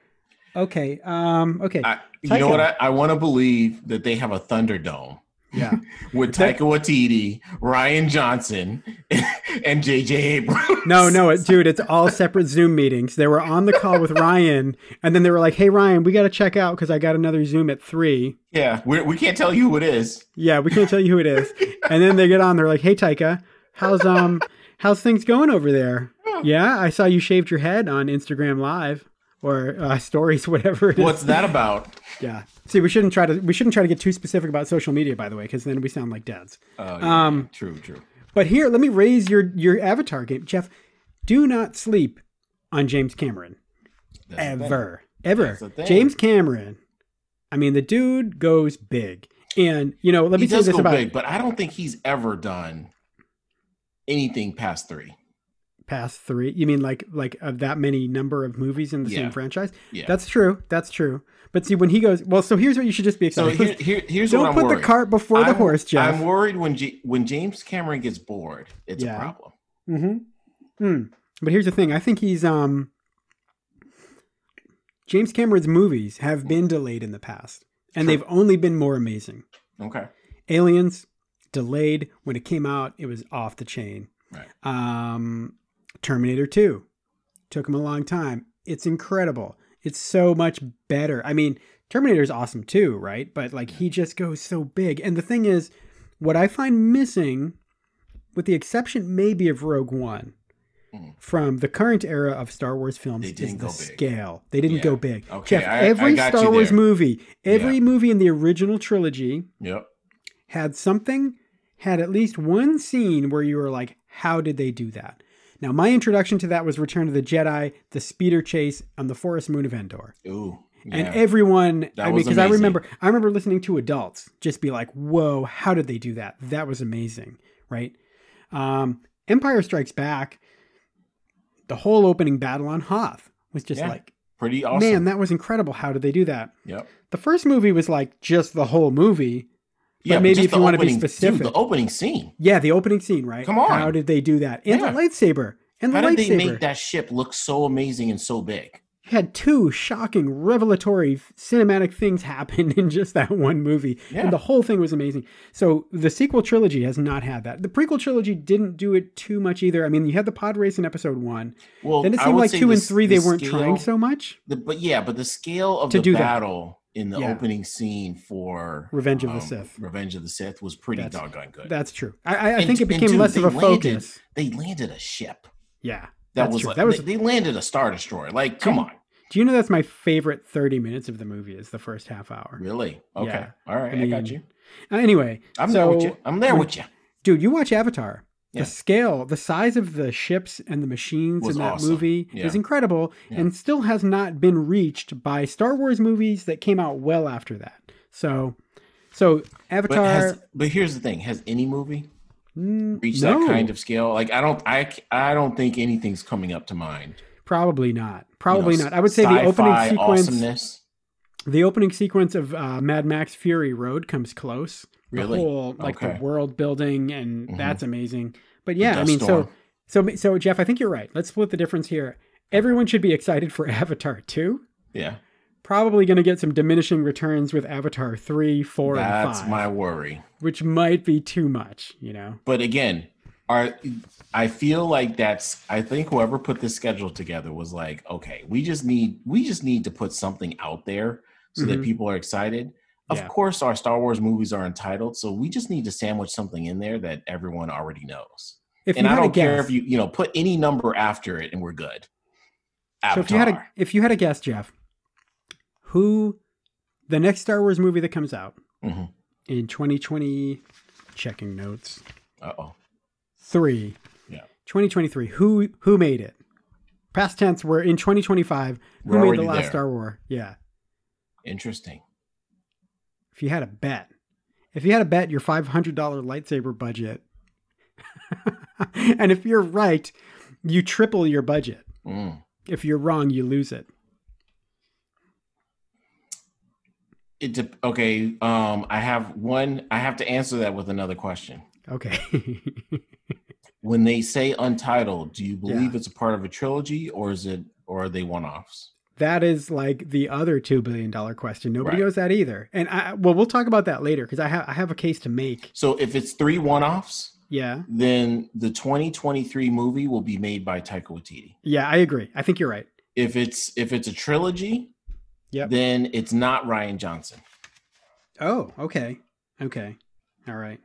S2: Okay, um, okay,
S1: I, you
S2: Taika.
S1: know what? I, I want to believe that they have a Thunderdome
S2: yeah.
S1: with Taika Waititi, Ryan Johnson, and JJ Abrams.
S2: No, no, it, dude, it's all separate Zoom meetings. They were on the call with Ryan, and then they were like, "Hey, Ryan, we got to check out because I got another Zoom at three.
S1: Yeah, we, we can't tell you who it is.
S2: Yeah, we can't tell you who it is." And then they get on. They're like, "Hey, Tyka, how's um, how's things going over there? Yeah, I saw you shaved your head on Instagram Live or uh, Stories, whatever it is.
S1: What's that about?
S2: Yeah. See, we shouldn't try to we shouldn't try to get too specific about social media, by the way, because then we sound like dads.
S1: Oh, yeah,
S2: Um,
S1: true, true.
S2: But here, let me raise your your avatar game, Jeff. Do not sleep on James Cameron.
S1: That's the thing.
S2: ever, ever.
S1: That's the thing.
S2: James Cameron. I mean, the dude goes big, and you know, let me
S1: He
S2: say
S1: does
S2: this
S1: go
S2: about
S1: big, but I don't think he's ever done anything past three.
S2: past three. You mean like like of that many number of movies in the
S1: Yeah.
S2: same franchise?
S1: Yeah.
S2: That's true. That's true. But see, when he goes, well, so here's what you should just be
S1: so
S2: excited.
S1: here, here, here's what
S2: Don't
S1: I'm
S2: put
S1: worried.
S2: the cart before the
S1: I'm-
S2: horse, Jeff.
S1: I'm worried when J- when James Cameron gets bored, it's
S2: Yeah.
S1: a problem.
S2: Mm-hmm. Mm. But here's the thing. I think he's um. James Cameron's movies have been delayed in the past, and
S1: True.
S2: they've only been more amazing.
S1: Okay.
S2: Aliens delayed when it came out, it was off the chain.
S1: Right.
S2: Um, Terminator 2 took him a long time. It's incredible. It's so much better. I mean, Terminator's awesome too, right? But like he just goes so big. And the thing is, what I find missing, with the exception maybe of Rogue One,
S1: Mm.
S2: from the current era of Star Wars films,
S1: They
S2: is
S1: didn't
S2: the
S1: go big.
S2: scale. They didn't
S1: Yeah.
S2: go big.
S1: Okay,
S2: Jeff,
S1: I- I
S2: every
S1: got
S2: Star
S1: you
S2: Wars
S1: there.
S2: movie, every
S1: Yeah.
S2: movie in the original trilogy
S1: Yep.
S2: had something, had at least one scene where you were like, how did they do that? Now, my introduction to that was Return of the Jedi, the speeder chase on the forest moon of Endor.
S1: Ooh.
S2: And
S1: yeah.
S2: everyone,
S1: That
S2: I mean,
S1: was
S2: because I
S1: amazing.
S2: remember, I remember listening to adults just be like, whoa, how did they do that? That was amazing, right? Um, Empire Strikes Back, the whole opening battle on Hoth was just
S1: Yeah.
S2: like,
S1: pretty awesome.
S2: man, that was incredible. How did they do that?
S1: Yep.
S2: The first movie was like just the whole movie.
S1: Yeah,
S2: maybe
S1: just
S2: if
S1: the
S2: you wanna be
S1: opening- dude,
S2: specific.
S1: the opening scene.
S2: Yeah, the opening scene, right?
S1: Come on.
S2: How did they do that? And
S1: Yeah.
S2: the lightsaber. And the
S1: How did
S2: lightsaber
S1: they make that ship look so amazing and so big?
S2: had two shocking, revelatory f- cinematic things happen in just that one movie.
S1: Yeah.
S2: And the whole thing was amazing. So the sequel trilogy has not had that. The prequel trilogy didn't do it too much either. I mean, you had the pod race in episode one.
S1: Well,
S2: Then it
S1: I
S2: seemed
S1: would
S2: like
S1: say
S2: two and
S1: the-
S2: three,
S1: the
S2: they weren't
S1: scale-
S2: trying so much.
S1: the- but yeah, but the scale of
S2: To
S1: the
S2: do that.
S1: battle in the
S2: Yeah.
S1: opening scene for um,
S2: Revenge of the Sith.
S1: Revenge of the Sith was pretty
S2: That's-
S1: doggone good.
S2: That's true. I, I, I
S1: And-
S2: think it
S1: and
S2: became
S1: dude,
S2: less of
S1: they
S2: a
S1: landed-
S2: focus.
S1: They landed a ship.
S2: Yeah.
S1: That
S2: That's
S1: was
S2: true.
S1: like,
S2: That was-
S1: they, they landed a star destroyer. Like, come on,
S2: Do you know that's my favorite 30 minutes of the movie is the first half hour.
S1: really? Okay,
S2: Yeah.
S1: all right, I, got
S2: mean,
S1: you.
S2: Uh, Anyway,
S1: I'm
S2: so
S1: there with you. I'm there
S2: when-
S1: with you.
S2: dude, you watch Avatar.
S1: Yeah.
S2: The scale, the size of the ships and the machines
S1: Was
S2: in that
S1: awesome.
S2: movie
S1: Yeah.
S2: is incredible
S1: Yeah.
S2: and still has not been reached by Star Wars movies that came out well after that. So so
S1: But
S2: Avatar
S1: has, but here's the thing: has any movie
S2: mm,
S1: reached
S2: no,
S1: that kind of scale? Like, I don't, I, c- I don't think anything's coming up to mind.
S2: probably not.
S1: You know,
S2: Probably not. I would say the
S1: sci-fi
S2: opening sequence
S1: Awesomeness.
S2: the opening sequence of uh, Mad Max Fury Road comes close.
S1: Really?
S2: The whole like
S1: Okay.
S2: the world building and
S1: Mhm.
S2: that's amazing. But yeah, I
S1: Dust
S2: mean
S1: Storm.
S2: so so so Jeff, I think you're right. Let's split the difference here. Everyone should be excited for Avatar 2.
S1: yeah,
S2: Probably going to get some diminishing returns with Avatar 3, 4
S1: that's
S2: and 5,
S1: my worry.
S2: which might be too much, you know.
S1: But again, are I feel like that's I think whoever put this schedule together was like, okay, we just need we just need to put something out there so that
S2: Mhm.
S1: people are excited. Of
S2: Yeah.
S1: course, our Star Wars movies are entitled, so we just need to sandwich something in there that everyone already knows.
S2: If
S1: and
S2: you
S1: I
S2: had
S1: don't
S2: a
S1: care
S2: guess,
S1: if you you know put any number after it, and we're good. Avatar.
S2: So if you had a if you had a guess, Jeff, who the next Star Wars movie that comes out
S1: Mhm.
S2: in 2020 checking notes
S1: Uh-oh.
S2: 3
S1: Yeah.
S2: 2023 who who made it past tense we're in 2025 who
S1: We're
S2: made the
S1: already
S2: last
S1: there.
S2: star war yeah
S1: Interesting.
S2: if you had a bet if you had a bet your $500 lightsaber budget and if you're right you triple your budget
S1: Mm.
S2: if you're wrong you lose it
S1: It de- okay. Um, I have one. I have to answer that with another question.
S2: okay
S1: when they say untitled do you believe
S2: Yeah.
S1: it's a part of a trilogy or is it or are they one-offs
S2: that is like the other 2 billion dollar question nobody
S1: Right.
S2: knows that either and i well we'll talk about that later cuz i have i have a case to make
S1: so if it's three one-offs
S2: yeah
S1: then the 2023 movie will be made by taika waititi
S2: yeah i agree i think you're right
S1: if it's if it's a trilogy
S2: Yep.
S1: then it's not ryan johnson
S2: Oh, okay. Okay. All right.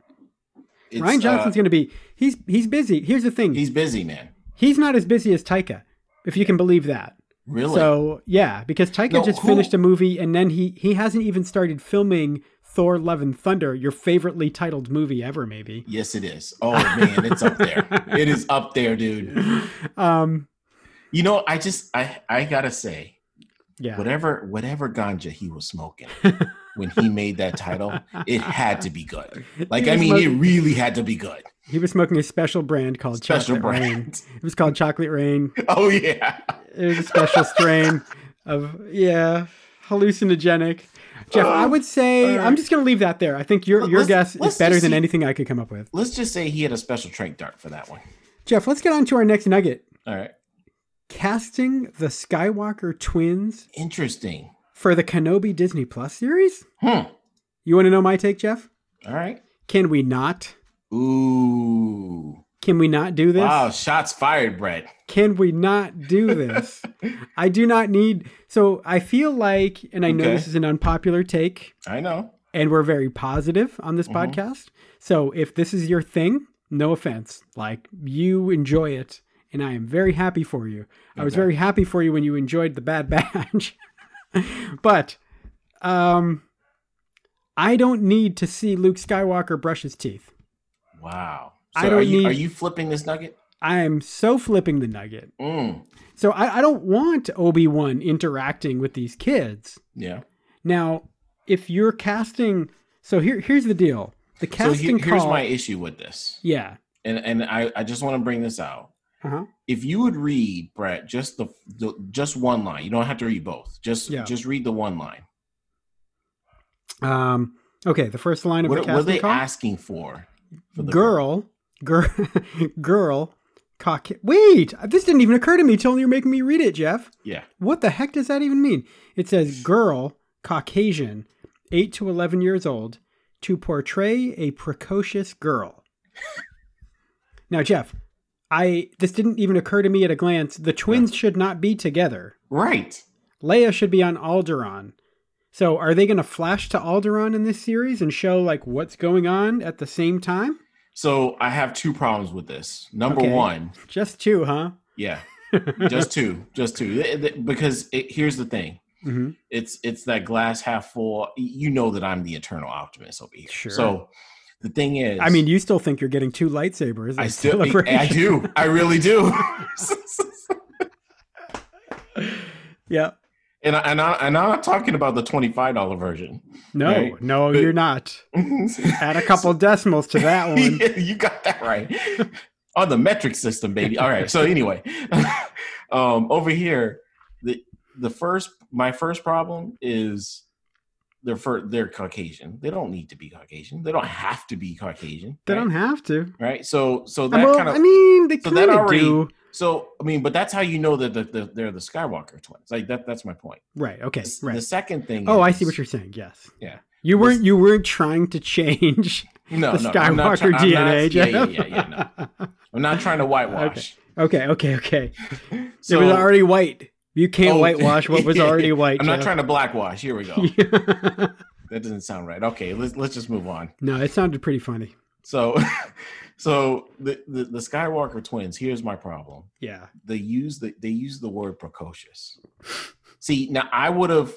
S1: It's,
S2: Ryan Johnson's
S1: uh,
S2: going to be he's he's busy. Here's the thing. He's,
S1: he's busy man
S2: not as busy as Taika, if you can believe that.
S1: really
S2: So, yeah, because Taika
S1: No,
S2: just
S1: who-
S2: finished a movie and then he he hasn't even started filming Thor Love and Thunder, your favoritely titled movie ever maybe.
S1: yes it is oh man it's up there it is up there dude
S2: Um
S1: you know i just i i gotta say
S2: yeah.
S1: whatever whatever ganja he was smoking when he made that title it had to be good like
S2: He
S1: i
S2: was
S1: mean it
S2: smoking-
S1: really had to be good
S2: He was smoking a special brand called
S1: special
S2: Chocolate Rain.
S1: brand
S2: It was called Chocolate Rain.
S1: oh yeah
S2: It was a special strain of yeah, hallucinogenic. Jeff, I would say
S1: Alright.
S2: I'm just gonna leave that there. I think your your
S1: Let's-
S2: guess is
S1: let's
S2: better
S1: just
S2: than
S1: see-
S2: anything I could come up with.
S1: let's just say he had a special trank dart for that one
S2: Jeff, let's get on to our next nugget.
S1: all right
S2: Casting the Skywalker twins
S1: interesting
S2: for the Kenobi Disney Plus series?
S1: hmm all
S2: You wanna know my take, Jeff?
S1: right
S2: Can we not?
S1: ooh
S2: Can we not do this?
S1: wow shots fired brett
S2: Can we not do this? I do not need so I feel like and I know
S1: Okay.
S2: this is an unpopular take.
S1: i know
S2: and we're very positive on this
S1: Mhm.
S2: podcast. So if this is your thing, no offense. Like you enjoy it, and I am very happy for you. I was
S1: Okay.
S2: very happy for you when you enjoyed the Bad Batch, but um, I don't need to see Luke Skywalker brush his teeth.
S1: wow
S2: I
S1: so
S2: don't
S1: are you
S2: need-
S1: are you flipping this nugget
S2: I am so flipping the nugget.
S1: mm.
S2: So I, I don't want Obi Wan interacting with these kids.
S1: yeah
S2: Now, if you're casting, so here here's the deal: the
S1: so
S2: casting
S1: he- here's
S2: call.
S1: my issue with this
S2: yeah.
S1: and and i i just want to bring this out
S2: Uh-huh.
S1: if you would read Brett just the, the just one line, you don't have to read both. Just
S2: Yeah.
S1: just read the one line.
S2: Um, okay, the first line of
S1: What,
S2: the
S1: what are
S2: casting
S1: they
S2: call:
S1: asking for? for the
S2: girl, girl, girl, Cauca- Wait, this didn't even occur to me till you're making me read it, Jeff.
S1: Yeah.
S2: What the heck does that even mean? It says girl, Caucasian, eight to eleven years old, to portray a precocious girl. now, Jeff, I this didn't even occur to me at a glance. The twins should not be together.
S1: Right.
S2: Leia should be on Alderaan. So are they going to flash to Alderaan in this series and show like what's going on at the same time?
S1: So I have two problems with this. Number
S2: Okay.
S1: one,
S2: Just two, huh?
S1: yeah. just two, just two. Th- th- Because it, here's the thing:
S2: hmm
S1: it's it's that glass half full. You know that I'm the eternal optimist over here.
S2: Sure.
S1: So the thing is,
S2: I mean, you still think you're getting two lightsabers?
S1: I
S2: at
S1: still,
S2: Celebration.
S1: I do, I really do.
S2: Yeah.
S1: and I, and I, and I'm not talking about the twenty five dollar version.
S2: No,
S1: Right.
S2: no,
S1: But-
S2: you're not. Add a couple decimals to that one.
S1: Yeah, you got that right. On the metric system, baby. All right. So anyway, um, over here, the the first my first problem is they're for they're Caucasian. They don't need to be Caucasian. They don't have to be Caucasian.
S2: They
S1: right?
S2: don't have to.
S1: right? So so that
S2: Well,
S1: kind of
S2: I mean, they
S1: so that
S2: kind of
S1: already-
S2: do.
S1: so I mean, but that's how you know that the, the, they're the Skywalker twins. Like that that's my point.
S2: Right. Okay.
S1: The-
S2: Right.
S1: The second thing.
S2: Oh, I
S1: is-
S2: see what you're saying. Yes.
S1: Yeah.
S2: You weren't. You weren't trying to change
S1: no,
S2: the
S1: no, I'm not
S2: Skywalker
S1: try- I'm not-
S2: DNA.
S1: yeah, yeah,
S2: Jeff.
S1: yeah, yeah, no. I'm not trying to whitewash.
S2: okay. Okay. Okay.
S1: So
S2: it was already white. You
S1: Oh,
S2: can't whitewash what was already white.
S1: I'm not
S2: Jeff.
S1: trying to blackwash. Here we go.
S2: Yeah.
S1: that doesn't sound right. Okay, let's let's just move on.
S2: no, it sounded pretty funny.
S1: So, so the, the the Skywalker twins. Here's my problem.
S2: Yeah.
S1: They use the they use the word precocious. See, now I would have,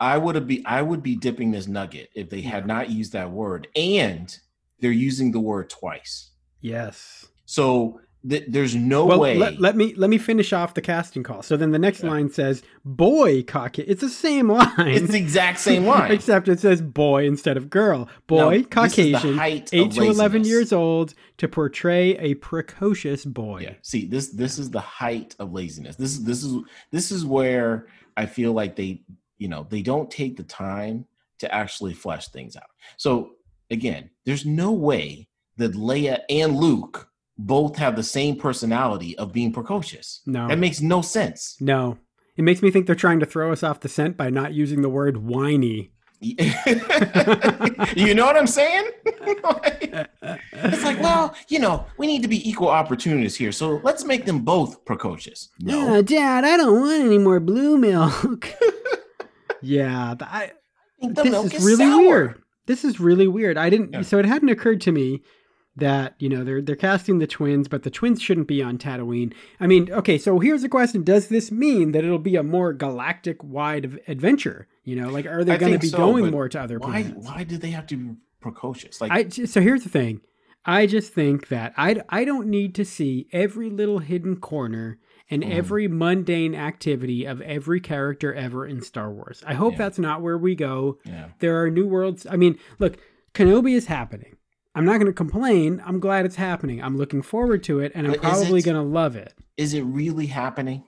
S1: I would have be I would be dipping this nugget if they had not used that word, and they're using the word twice.
S2: Yes.
S1: So th- there's no
S2: well,
S1: way.
S2: Let, let me let me finish off the casting call. So then the next
S1: Yeah.
S2: line says boy Caucasian. It's the same line.
S1: it's the exact same line.
S2: Except it says boy instead of girl.
S1: No,
S2: Boy,
S1: this is the
S2: Caucasian,
S1: height of
S2: 8 to 11
S1: laziness.
S2: years old, to portray a precocious boy.
S1: Yeah. See, this this is the height of laziness. This is this is this is where I feel like they, you know, they don't take the time to actually flesh things out. So again, there's no way that Leia and Luke both have the same personality of being precocious.
S2: No.
S1: That makes no sense.
S2: no. It makes me think they're trying to throw us off the scent by not using the word whiny.
S1: you know what I'm saying?
S2: Uh,
S1: it's like, well, you know, we need to be equal opportunists here. So let's make them both precocious. No.
S2: Oh, Dad, I don't want any more blue milk. yeah, th- I,
S1: think the milk
S2: this is really weird. This is really weird. I didn't.
S1: Yeah.
S2: So it hadn't occurred to me that you know they're they're casting the twins, but the twins shouldn't be on Tatooine. I mean, okay. So here's the question: Does this mean that it'll be a more galactic wide av- adventure? You know, like are they
S1: I
S2: going to
S1: think
S2: be
S1: so,
S2: going
S1: but
S2: more to other
S1: Why?
S2: planets?
S1: Why do they have to be precocious? Like,
S2: I j- so here's the thing. I just think that I I don't need to see every little hidden corner and
S1: Mhm.
S2: every mundane activity of every character ever in Star Wars. I hope
S1: Yeah.
S2: that's not where we go.
S1: yeah,
S2: There are new worlds. I mean, look, Kenobi is happening. I'm not going to complain. I'm glad it's happening. I'm looking forward to it and I'm
S1: But is
S2: probably
S1: it?
S2: going to love it.
S1: is it really happening?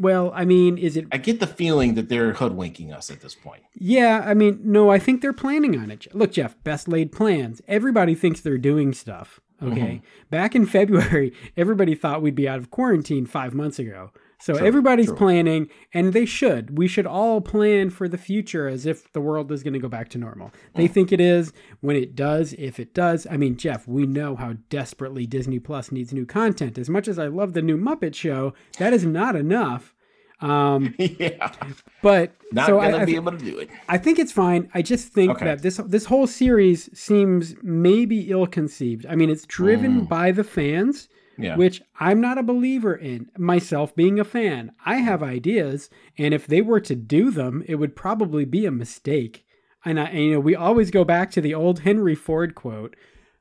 S2: Well, I mean, is it
S1: I get the feeling that they're hoodwinking us at this point.
S2: Yeah, I mean, no, I think they're planning on it. Look, Jeff, best laid plans. Everybody thinks they're doing stuff. Okay.
S1: Mm-hmm.
S2: Back in February, everybody thought we'd be out of quarantine five months ago. So
S1: True,
S2: everybody's
S1: true.
S2: planning, and they should. We should all plan for the future as if the world is going to go back to normal. They
S1: Mm.
S2: think it is. When it does, if it does, I mean, Jeff, we know how desperately Disney Plus needs new content. As much as I love the new Muppet Show, that is not enough. Um,
S1: yeah,
S2: but
S1: not
S2: so I,
S1: gonna
S2: I
S1: be able to do it.
S2: I think it's fine. I just think
S1: Okay.
S2: that this this whole series seems maybe ill-conceived. I mean, it's driven
S1: Mm.
S2: by the fans,
S1: Yeah,
S2: which I'm not a believer in. Myself being a fan, I have ideas, and if they were to do them, it would probably be a mistake. And, I, and you know, we always go back to the old Henry Ford quote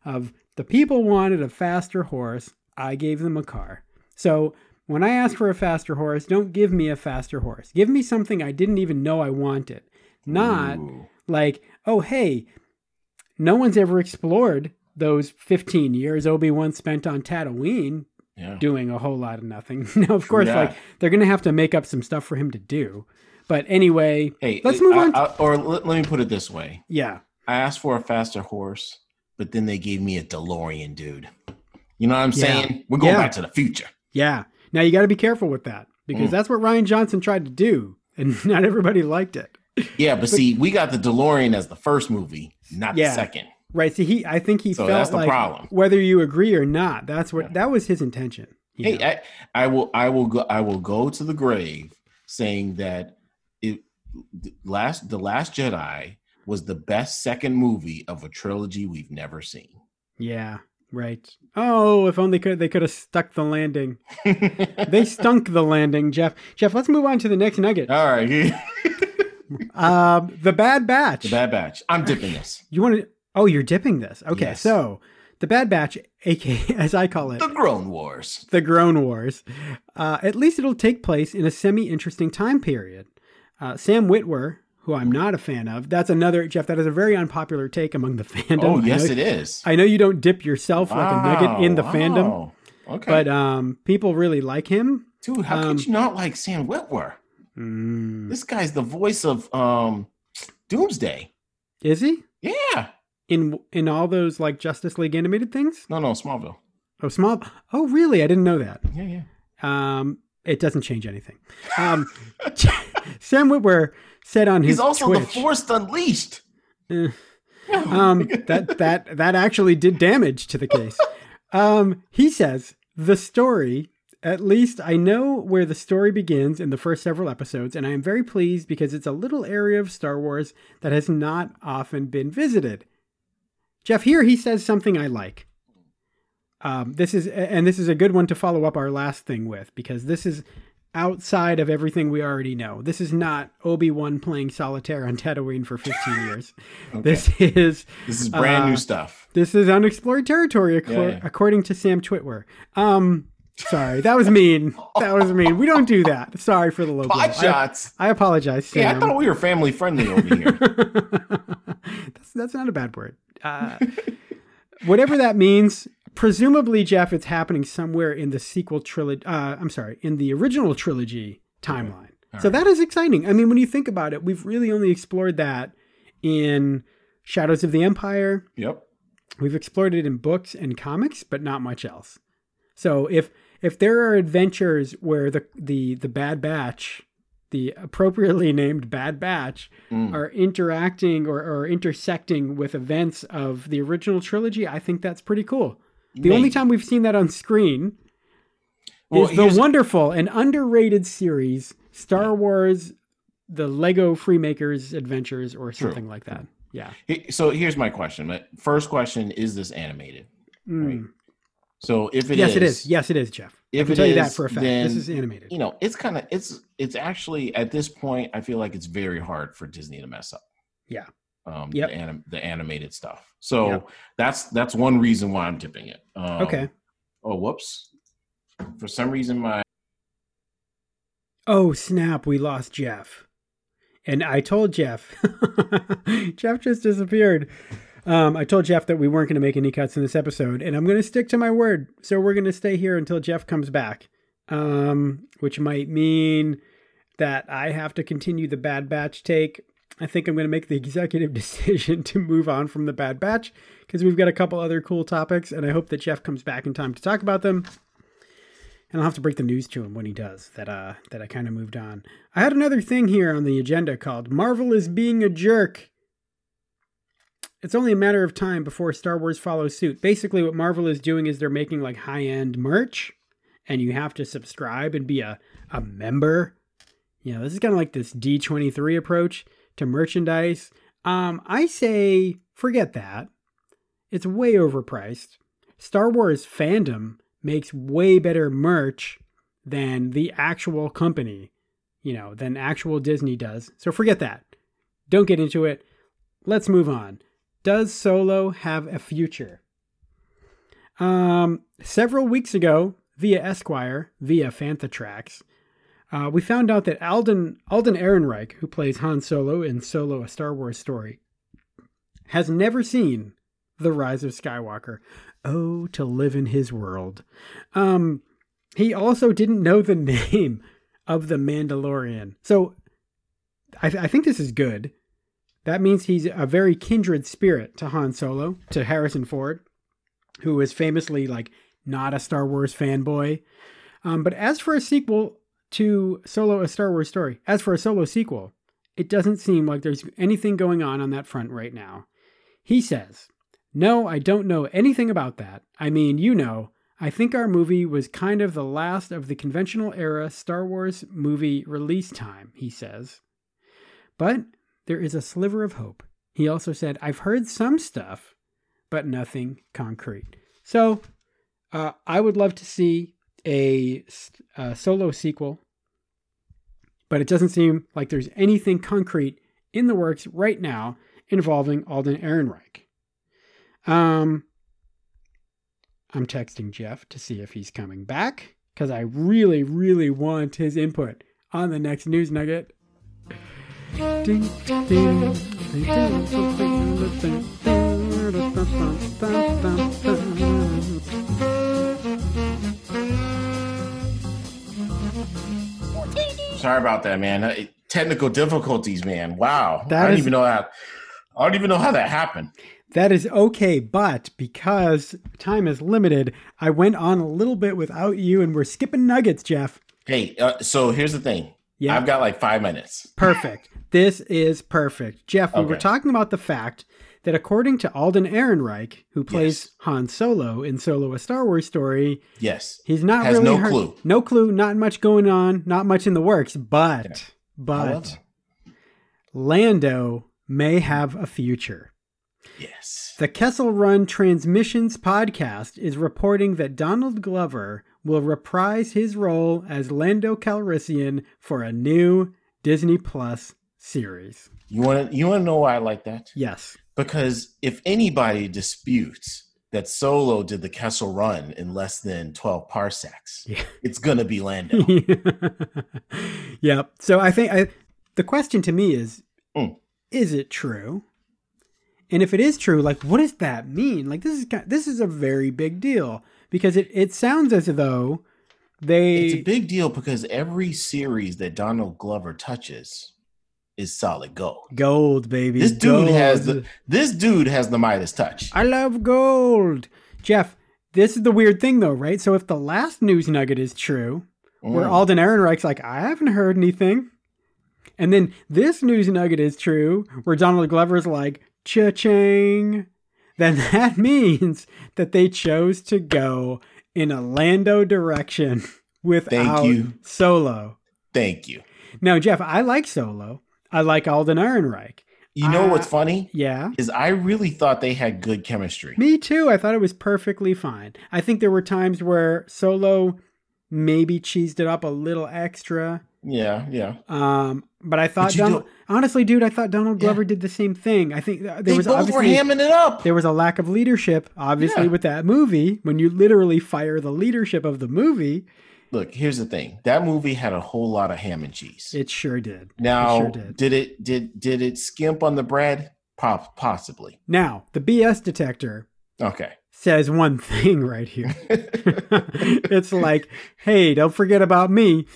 S2: of the people wanted a faster horse, I gave them a car. So when I ask for a faster horse, don't give me a faster horse. Give me something I didn't even know I wanted. Not
S1: Ooh.
S2: like, oh, hey, no one's ever explored those 15 years Obi Wan spent on Tatooine
S1: Yeah.
S2: doing a whole lot of nothing. now, of course,
S1: that.
S2: like they're going to have to make up some stuff for him to do. But anyway,
S1: Hey,
S2: Let's
S1: I-
S2: move on
S1: I- I- or let, let me put it this way:
S2: yeah.
S1: I asked for a faster horse, but then they gave me a DeLorean, dude. You know what I'm
S2: Yeah.
S1: saying? We're going
S2: Yeah.
S1: back to the future.
S2: Yeah. Now you got to be careful with that because
S1: Mm.
S2: that's what Ryan Johnson tried to do, and not everybody liked it.
S1: Yeah, but, see, we got the DeLorean as the first movie, not
S2: Yeah.
S1: the second.
S2: Right. So he, I think he
S1: So
S2: felt
S1: that's the
S2: like
S1: problem.
S2: whether you agree or not, that's what
S1: Yeah.
S2: that was his intention. you know?
S1: Hey, I, I will. I will go. I will go to the grave saying that it the last the Last Jedi was the best second movie of a trilogy we've never seen.
S2: yeah, Right. Oh, if only could they could have stuck the landing. they stunk the landing, Jeff. Jeff, let's move on to the next nugget.
S1: All right,
S2: Uh, the Bad Batch.
S1: the Bad Batch. I'm dipping this.
S2: you want to? Oh, you're dipping this. Okay,
S1: Yes.
S2: so the Bad Batch, aka as I call it,
S1: The Grown Wars.
S2: the Grown Wars. Uh, at least it'll take place in a semi interesting time period. Uh, Sam Witwer, who I'm not a fan of, that's another, Jeff, that is a very unpopular take among the fandom.
S1: Oh,
S2: I
S1: yes,
S2: know,
S1: it is.
S2: I know you don't dip yourself like a nugget in the
S1: Wow,
S2: fandom,
S1: wow. Okay,
S2: but um, people really like him.
S1: dude, how
S2: um,
S1: could you not like Sam Witwer?
S2: Mm.
S1: This guy's the voice of um, Doomsday.
S2: Is he?
S1: Yeah.
S2: In, in all those like Justice League animated things?
S1: No, no, Smallville.
S2: Oh, small. Oh, really? I didn't know that.
S1: Yeah, yeah.
S2: Um, it doesn't change anything. Um, Sam Witwer said on his
S1: He's also
S2: Twitch,
S1: the Force Unleashed.
S2: Eh. um, that that that actually did damage to the case. Um, he says the story. At least I know where the story begins in the first several episodes, and I am very pleased because it's a little area of Star Wars that has not often been visited. Jeff, here he says something I like. Um, this is and this is a good one to follow up our last thing with because this is outside of everything we already know. This is not Obi Wan playing solitaire on Tatooine for 15 years. This is
S1: This is brand
S2: Uh,
S1: new stuff.
S2: this is unexplored territory, acor-
S1: Yeah, yeah.
S2: according to Sam Twitwer. Um, sorry, that was mean. That was mean. We don't do that. Sorry for the low blow.
S1: Pot
S2: I,
S1: shots.
S2: I apologize, Sam.
S1: Yeah, I thought we were family friendly over here.
S2: that's that's not a bad word. Uh, whatever that means. Presumably, Jeff, it's happening somewhere in the sequel trilogy. Uh, I'm sorry, in the original trilogy timeline. So that is exciting. I mean, when you think about it, we've really only explored that in Shadows of the Empire,
S1: yep.
S2: We've explored it in books and comics, but not much else. So if if there are adventures where the the the Bad Batch, the appropriately named Bad Batch,
S1: Mm.
S2: are interacting or, or intersecting with events of the original trilogy, I think that's pretty cool. The only
S1: Maybe.
S2: time we've seen that on screen
S1: Well,
S2: is the
S1: here's-
S2: wonderful and underrated series Star Wars, the Lego Freemakers Adventures, or
S1: True.
S2: something like that. Yeah.
S1: he- so here's my question. My first question is this animated?
S2: Mm.
S1: So if it is,
S2: yes, it is. Yes, it is, Jeff. I
S1: If
S2: can
S1: it
S2: tell you that
S1: is,
S2: for a fact.
S1: then-
S2: This is animated.
S1: you know, it's kind of it's it's actually at this point, I feel like it's very hard for Disney to mess up.
S2: Yeah.
S1: Um,
S2: Yep.
S1: the, anim- the animated stuff. So
S2: Yep.
S1: that's that's one reason why I'm dipping it. Um,
S2: okay.
S1: Oh, whoops. For some reason, my
S2: Oh snap! We lost Jeff, and I told Jeff. Jeff just disappeared. Um, I told Jeff that we weren't going to make any cuts in this episode, and I'm going to stick to my word. So we're going to stay here until Jeff comes back, um, which might mean that I have to continue the Bad Batch take. I think I'm going to make the executive decision to move on from the Bad Batch because we've got a couple other cool topics, and I hope that Jeff comes back in time to talk about them. and I'll have to break the news to him when he does that. Uh, that I kind of moved on. I had another thing here on the agenda called "Marvel is being a jerk." It's only a matter of time before Star Wars follows suit. Basically, what Marvel is doing is they're making like high-end merch, and you have to subscribe and be a a member. You know, this is kind of like this D twenty three approach to merchandise. Um, I say forget that. It's way overpriced. Star Wars fandom makes way better merch than the actual company, you know, than actual Disney does. So forget that. Don't get into it. Let's move on. Does Solo have a future? Um, several weeks ago, via Esquire, via Fantatrax, uh, we found out that Alden Alden Ehrenreich, who plays Han Solo in Solo: A Star Wars Story, has never seen The Rise of Skywalker. Oh, to live in his world. Um, he also didn't know the name of the Mandalorian. So I, th- I think this is good. That means he's a very kindred spirit to Han Solo, to Harrison Ford, who is famously like not a Star Wars fanboy. Um, but as for a sequel to Solo, a Star Wars story, as for a solo sequel, it doesn't seem like there's anything going on on that front right now. He says, No, I don't know anything about that. I mean, you know, I think our movie was kind of the last of the conventional era Star Wars movie release time, he says. But there is a sliver of hope. He also said, I've heard some stuff, but nothing concrete. So uh, I would love to see a, s- a solo sequel, but it doesn't seem like there's anything concrete in the works right now involving Alden Ehrenreich. Um, I'm texting Jeff to see if he's coming back because I really, really want his input on the next news nugget. Ding, ding, ding, ding.
S1: Sorry about that, man. Uh, Technical difficulties, man. Wow.
S2: That
S1: I don't
S2: is-
S1: even know how. I don't even know how that happened.
S2: That is okay, but because time is limited, I went on a little bit without you and we're skipping nuggets, Jeff.
S1: Hey, uh, so here's the thing.
S2: Yeah.
S1: I've got like five minutes.
S2: Perfect. This is perfect. Jeff, we were
S1: Okay.
S2: talking about the fact that according to Alden Ehrenreich, who plays
S1: Yes.
S2: Han Solo in Solo a Star Wars story,
S1: Yes.
S2: he's not
S1: Has
S2: really
S1: no
S2: heard-
S1: clue.
S2: No clue, not much going on, not much in the works, but but
S1: However,
S2: Lando may have a future.
S1: yes.
S2: The Kessel Run Transmissions podcast is reporting that Donald Glover will reprise his role as Lando Calrissian for a new Disney Plus series.
S1: You want to you want to know why I like that?
S2: Yes.
S1: Because if anybody disputes that Solo did the Kessel Run in less than 12 parsecs,
S2: Yeah.
S1: it's gonna be Lando.
S2: yep. So I think I, the question to me is
S1: Mm.
S2: is it true? And if it is true, like what does that mean? Like this is kind this is a very big deal because it it sounds as though they
S1: it's a big deal because every series that Donald Glover touches is solid gold.
S2: gold baby.
S1: This dude has
S2: gold.
S1: the this dude has the Midas touch.
S2: I love gold. Jeff, this is the weird thing though, right? So if the last news nugget is true, where
S1: Mm.
S2: Alden Ehrenreich's like, I haven't heard anything. And then this news nugget is true, where Donald Glover's like, cha-ching. Then that means that they chose to go in a Lando direction without
S1: you.
S2: Solo.
S1: Thank you.
S2: Now, Jeff, I like Solo. I like Alden Ehrenreich.
S1: You know
S2: Uh,
S1: what's funny
S2: Yeah.
S1: is I really thought they had good chemistry.
S2: Me too. I thought it was perfectly fine. I think there were times where Solo maybe cheesed it up a little extra.
S1: Yeah, yeah.
S2: Um, but I thought
S1: you
S2: Donald,
S1: don't-
S2: honestly, dude, I thought Donald
S1: Yeah.
S2: Glover did the same thing. I think th- there
S1: they
S2: was
S1: both were
S2: obviously
S1: hamming it up.
S2: there was a lack of leadership, obviously,
S1: Yeah.
S2: with that movie when you literally fire the leadership of the movie.
S1: Look, here's the thing. That movie had a whole lot of ham and cheese.
S2: It sure did.
S1: now,
S2: sure did.
S1: did. it did did it skimp on the bread? Pop, possibly.
S2: Now the BS detector
S1: Okay.
S2: says one thing right here. it's like, hey, don't forget about me.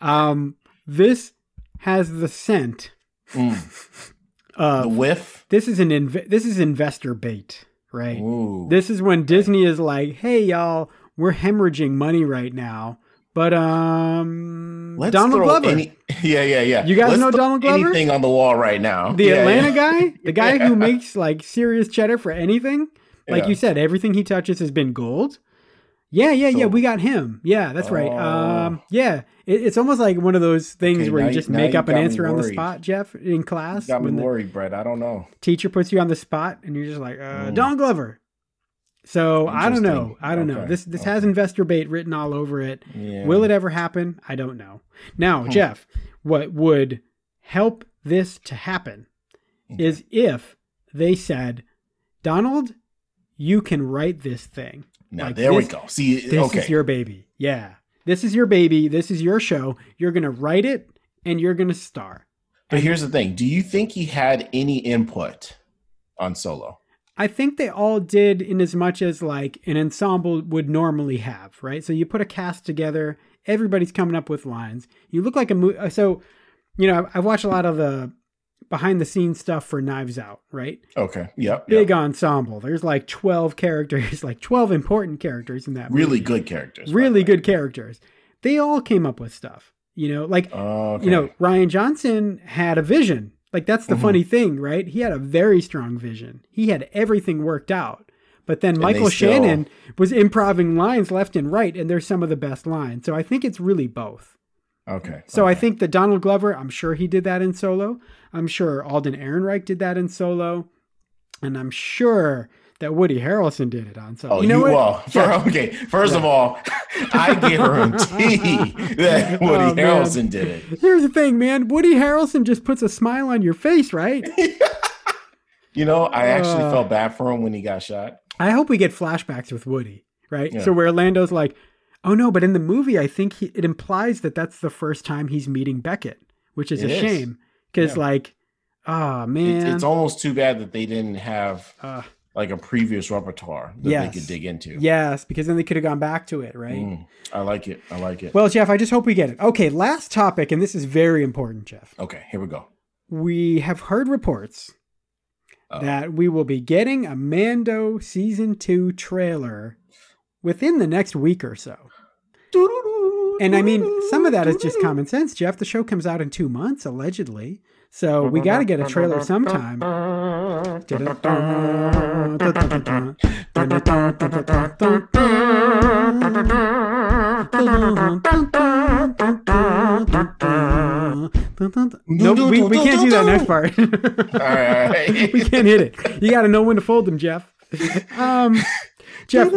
S2: Um, this has the scent
S1: Mm. the
S2: of
S1: whiff.
S2: this is an inv- this is investor bait, right?
S1: Ooh.
S2: This is when Disney is like, "Hey y'all, we're hemorrhaging money right now." But um
S1: Let's
S2: Donald
S1: throw
S2: Glover,
S1: any- yeah, yeah, yeah.
S2: You guys
S1: Let's
S2: know
S1: throw
S2: Donald Glover?
S1: Anything on the wall right now?
S2: the
S1: Yeah, yeah.
S2: Atlanta guy, the guy who makes like serious cheddar for anything, like
S1: Yeah.
S2: you said, everything he touches has been gold. Yeah, yeah, yeah.
S1: So-
S2: We got him. Yeah, that's right.
S1: Oh.
S2: Um, yeah, it, it's almost like one of those things
S1: Okay,
S2: where
S1: now
S2: you
S1: you-
S2: just
S1: now
S2: make
S1: you
S2: up an
S1: got me
S2: answer on the
S1: worried.
S2: spot, Jeff, in
S1: You
S2: class
S1: Got me
S2: when the
S1: worried, Brett. I don't know.
S2: teacher puts you on the spot, and you're just like, uh,
S1: Mm.
S2: Donald Glover. So I don't know.
S1: Interesting.
S2: I don't know.
S1: Okay,
S2: This this
S1: okay.
S2: has investor bait written all over it.
S1: Yeah.
S2: Will it ever happen? I don't know. Now,
S1: Hmm.
S2: Jeff, what would help this to happen is if they said, Donald, you can write this thing.
S1: Now
S2: like
S1: there
S2: this-
S1: we go. See,
S2: This
S1: okay.
S2: is your baby. Yeah. This is your baby. This is your show. You're going to write it and you're going to star.
S1: but here's the thing. Do you think he had any input on Solo?
S2: I think they all did in as much as like an ensemble would normally have, right? So you put a cast together, everybody's coming up with lines. You look like a movie. So, you know, I've- I've watched a lot of the behind the scenes stuff for Knives Out, right?
S1: Okay. Yep. yep.
S2: Big ensemble. There's like 12 characters, like 12 important characters in that.
S1: Really
S2: movie.
S1: good characters. by the
S2: really
S1: way.
S2: good characters. They all came up with stuff, you know, like
S1: Okay.
S2: you know, Ryan Johnson had a vision. Like that's the
S1: Mhm.
S2: funny thing, right? He had a very strong vision. He had everything worked out. But then
S1: And
S2: Michael
S1: they still-
S2: Shannon was improving lines left and right, and they're some of the best lines. So I think it's really both.
S1: Okay.
S2: So I
S1: okay.
S2: think that Donald Glover, I'm sure he did that in solo. I'm sure Alden Ehrenreich did that in solo. And I'm sure that Woody Harrelson did it on. So
S1: Oh,
S2: you know what?
S1: well, for- okay. First of all, I guarantee that Woody
S2: Oh, man.
S1: Harrelson did it.
S2: Here's the thing, man. Woody Harrelson just puts a smile on your face, right?
S1: You know, I actually
S2: Uh.
S1: felt bad for him when he got shot.
S2: I hope we get flashbacks with Woody, right?
S1: Yeah.
S2: So where Lando's like, "Oh no," but in the movie, I think he, it implies that that's the first time he's meeting Beckett, which is
S1: It
S2: a
S1: is.
S2: shame because,
S1: Yeah.
S2: like, ah
S1: It's,
S2: man,
S1: it's almost too bad that they didn't have
S2: uh,
S1: like a previous repertoire that
S2: Yes.
S1: they could dig into.
S2: yes, because then they could have gone back to it, right?
S1: Mm, I like it. I like it.
S2: Well, Jeff, I just hope we get it. Okay, last topic, and this is very important, Jeff.
S1: okay, here we go.
S2: We have heard reports
S1: Uh,
S2: that we will be getting a Mando season two trailer within the next week or so. And I mean, some of that is just common sense, Jeff. The show comes out in two months, allegedly. So we got to get a trailer sometime. Nope, we, we can't do that next part.
S1: All right.
S2: we can't hit it. You got to know when to fold them, Jeff. Um, Jeff,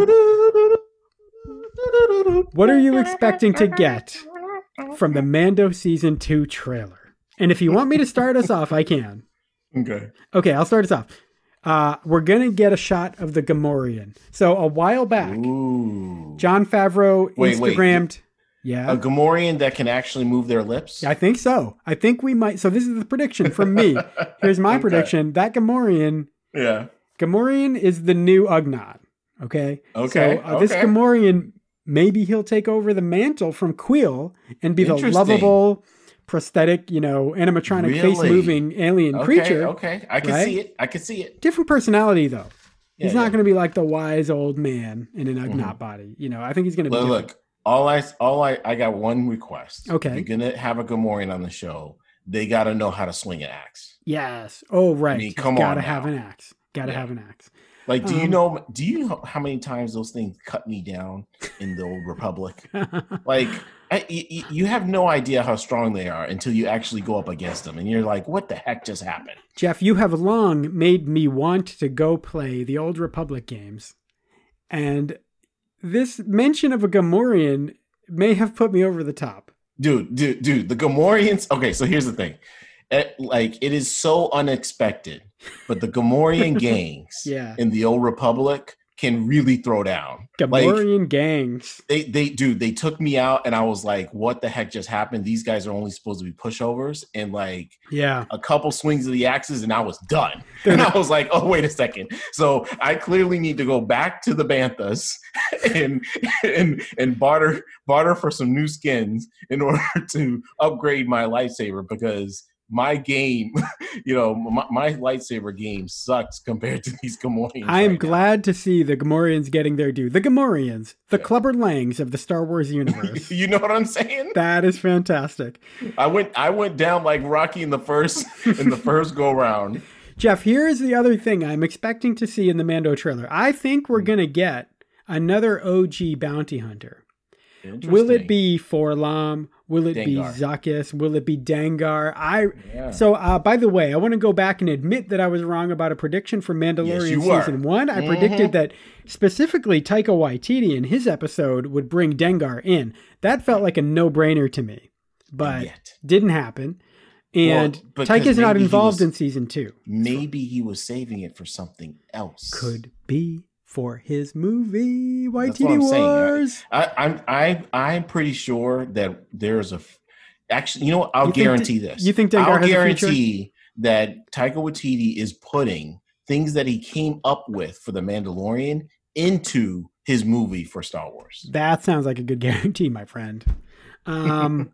S2: what are you expecting to get from the Mando Season 2 trailer? And if you want me to start us off, I can.
S1: Okay.
S2: Okay, I'll start us off. Uh, we're going to get a shot of the Gamorrean. So a while back,
S1: Ooh.
S2: John Favreau
S1: Wait, wait.
S2: Instagrammed. Yeah.
S1: A Gamorrean that can actually move their lips.
S2: I think so. I think we might. So this is the prediction from me. Here's my
S1: Okay.
S2: prediction. That Gamorrean,
S1: Yeah.
S2: Gamorrean is the new Ugnaught. Okay.
S1: Okay,
S2: So uh, this
S1: okay.
S2: Gamorrean, maybe he'll take over the mantle from Queel and be the
S1: Interesting.
S2: lovable prosthetic, you know, animatronic face
S1: Really?
S2: moving alien
S1: Okay,
S2: creature.
S1: Okay. I can
S2: right?
S1: see it. I can see it.
S2: Different personality though.
S1: Yeah, yeah.
S2: he's not
S1: Mm-hmm.
S2: going to be like the wise old man in an Ugnaught body. You know, I think he's going to be.
S1: Look,
S2: different.
S1: look, all I all I I got one request.
S2: Okay.
S1: If you're gonna have a Gamorrean on the show. They got to know how to swing an axe.
S2: Yes. Oh right.
S1: mean, come on
S2: Gotta
S1: now.
S2: have an axe. Gotta
S1: Yeah.
S2: have an axe.
S1: Like, do you
S2: Um,
S1: know? Do you know how many times those things cut me down in the old republic? like, I, y- y- you have no idea how strong they are until you actually go up against them, and you're like, "What the heck just happened?"
S2: Jeff, you have long made me want to go play the old Republic games. And this mention of a Gamorrean may have put me over the top.
S1: dude, dude, dude. The Gamorreans. Okay, so here's the thing. It- like it is so unexpected, but the Gamorrean gangs
S2: Yeah.
S1: in the old republic can really throw down. Like
S2: Gamorrean gangs.
S1: they, they, dude, they took me out, and I was like, "What the heck just happened?" These guys are only supposed to be pushovers, and like
S2: Yeah.
S1: a couple swings of the axes, and I was done. And I was like, "Oh, wait a second. So I clearly need to go back to the banthas and and and barter barter for some new skins in order to upgrade my lightsaber because." My game, you know, my, my lightsaber game sucks compared to these Gamorreans.
S2: I am
S1: right now.
S2: glad to see the Gamorreans getting their due. The Gamorreans, the
S1: Yeah.
S2: Clubber Langs of the Star Wars universe.
S1: You know what I'm saying?
S2: that is fantastic.
S1: I went I went down like Rocky in the first in the first go round.
S2: Jeff, here is the other thing I'm expecting to see in the Mando trailer. I think
S1: Hmm.
S2: we're going to get another OG bounty hunter. Will it be Forlam? Will it be
S1: Dengar.
S2: Zuckus? Will it be Dangar? I
S1: Yeah.
S2: so uh, by the way, I want to go back and admit that I was wrong about a prediction for Mandalorian
S1: you were. Mm-hmm.
S2: season one. I predicted that specifically Taika Waititi in his episode would bring Dengar in. That felt like a no-brainer to me, but
S1: yet.
S2: didn't happen. And
S1: Well, because
S2: Taika's not
S1: maybe he
S2: involved
S1: was-
S2: in season two.
S1: Maybe he was saving it for something else.
S2: Could be for his movie
S1: That's what
S2: Waititi
S1: I'm saying.
S2: Wars.
S1: I, I, I'm I I'm pretty sure that there's a f- actually you know what? I'll
S2: You think
S1: guarantee
S2: Dan-
S1: this.
S2: you think Dengar
S1: I'll
S2: has a future?
S1: guarantee that Taika Waititi is putting things that he came up with for the Mandalorian into his movie for Star Wars.
S2: That sounds like a good guarantee, my friend. Um,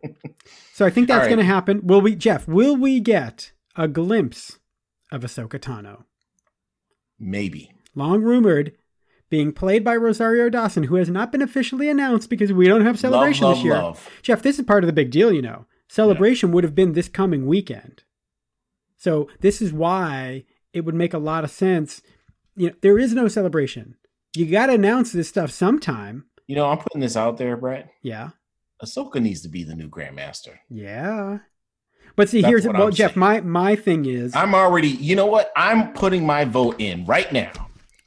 S2: so I think that's
S1: All right.
S2: going to happen. Will we, Jeff? Will we get a glimpse of Ahsoka Tano?
S1: Maybe.
S2: Long rumored, being played by Rosario Dawson, who has not been officially announced because we don't have celebration
S1: love,
S2: this year.
S1: love.
S2: Jeff, this is part of the big deal, you know. Celebration would have been this coming weekend. So this is why it would make a lot of sense. You know, there is no celebration. You got to announce this stuff sometime.
S1: You know, I'm putting this out there, Brett.
S2: Yeah.
S1: Ahsoka needs to be the new Grandmaster.
S2: Yeah. But see,
S1: That's
S2: here's
S1: what
S2: well,
S1: I'm
S2: Jeff.
S1: saying.
S2: My my thing is,
S1: I'm already, you know what? I'm putting my vote in right now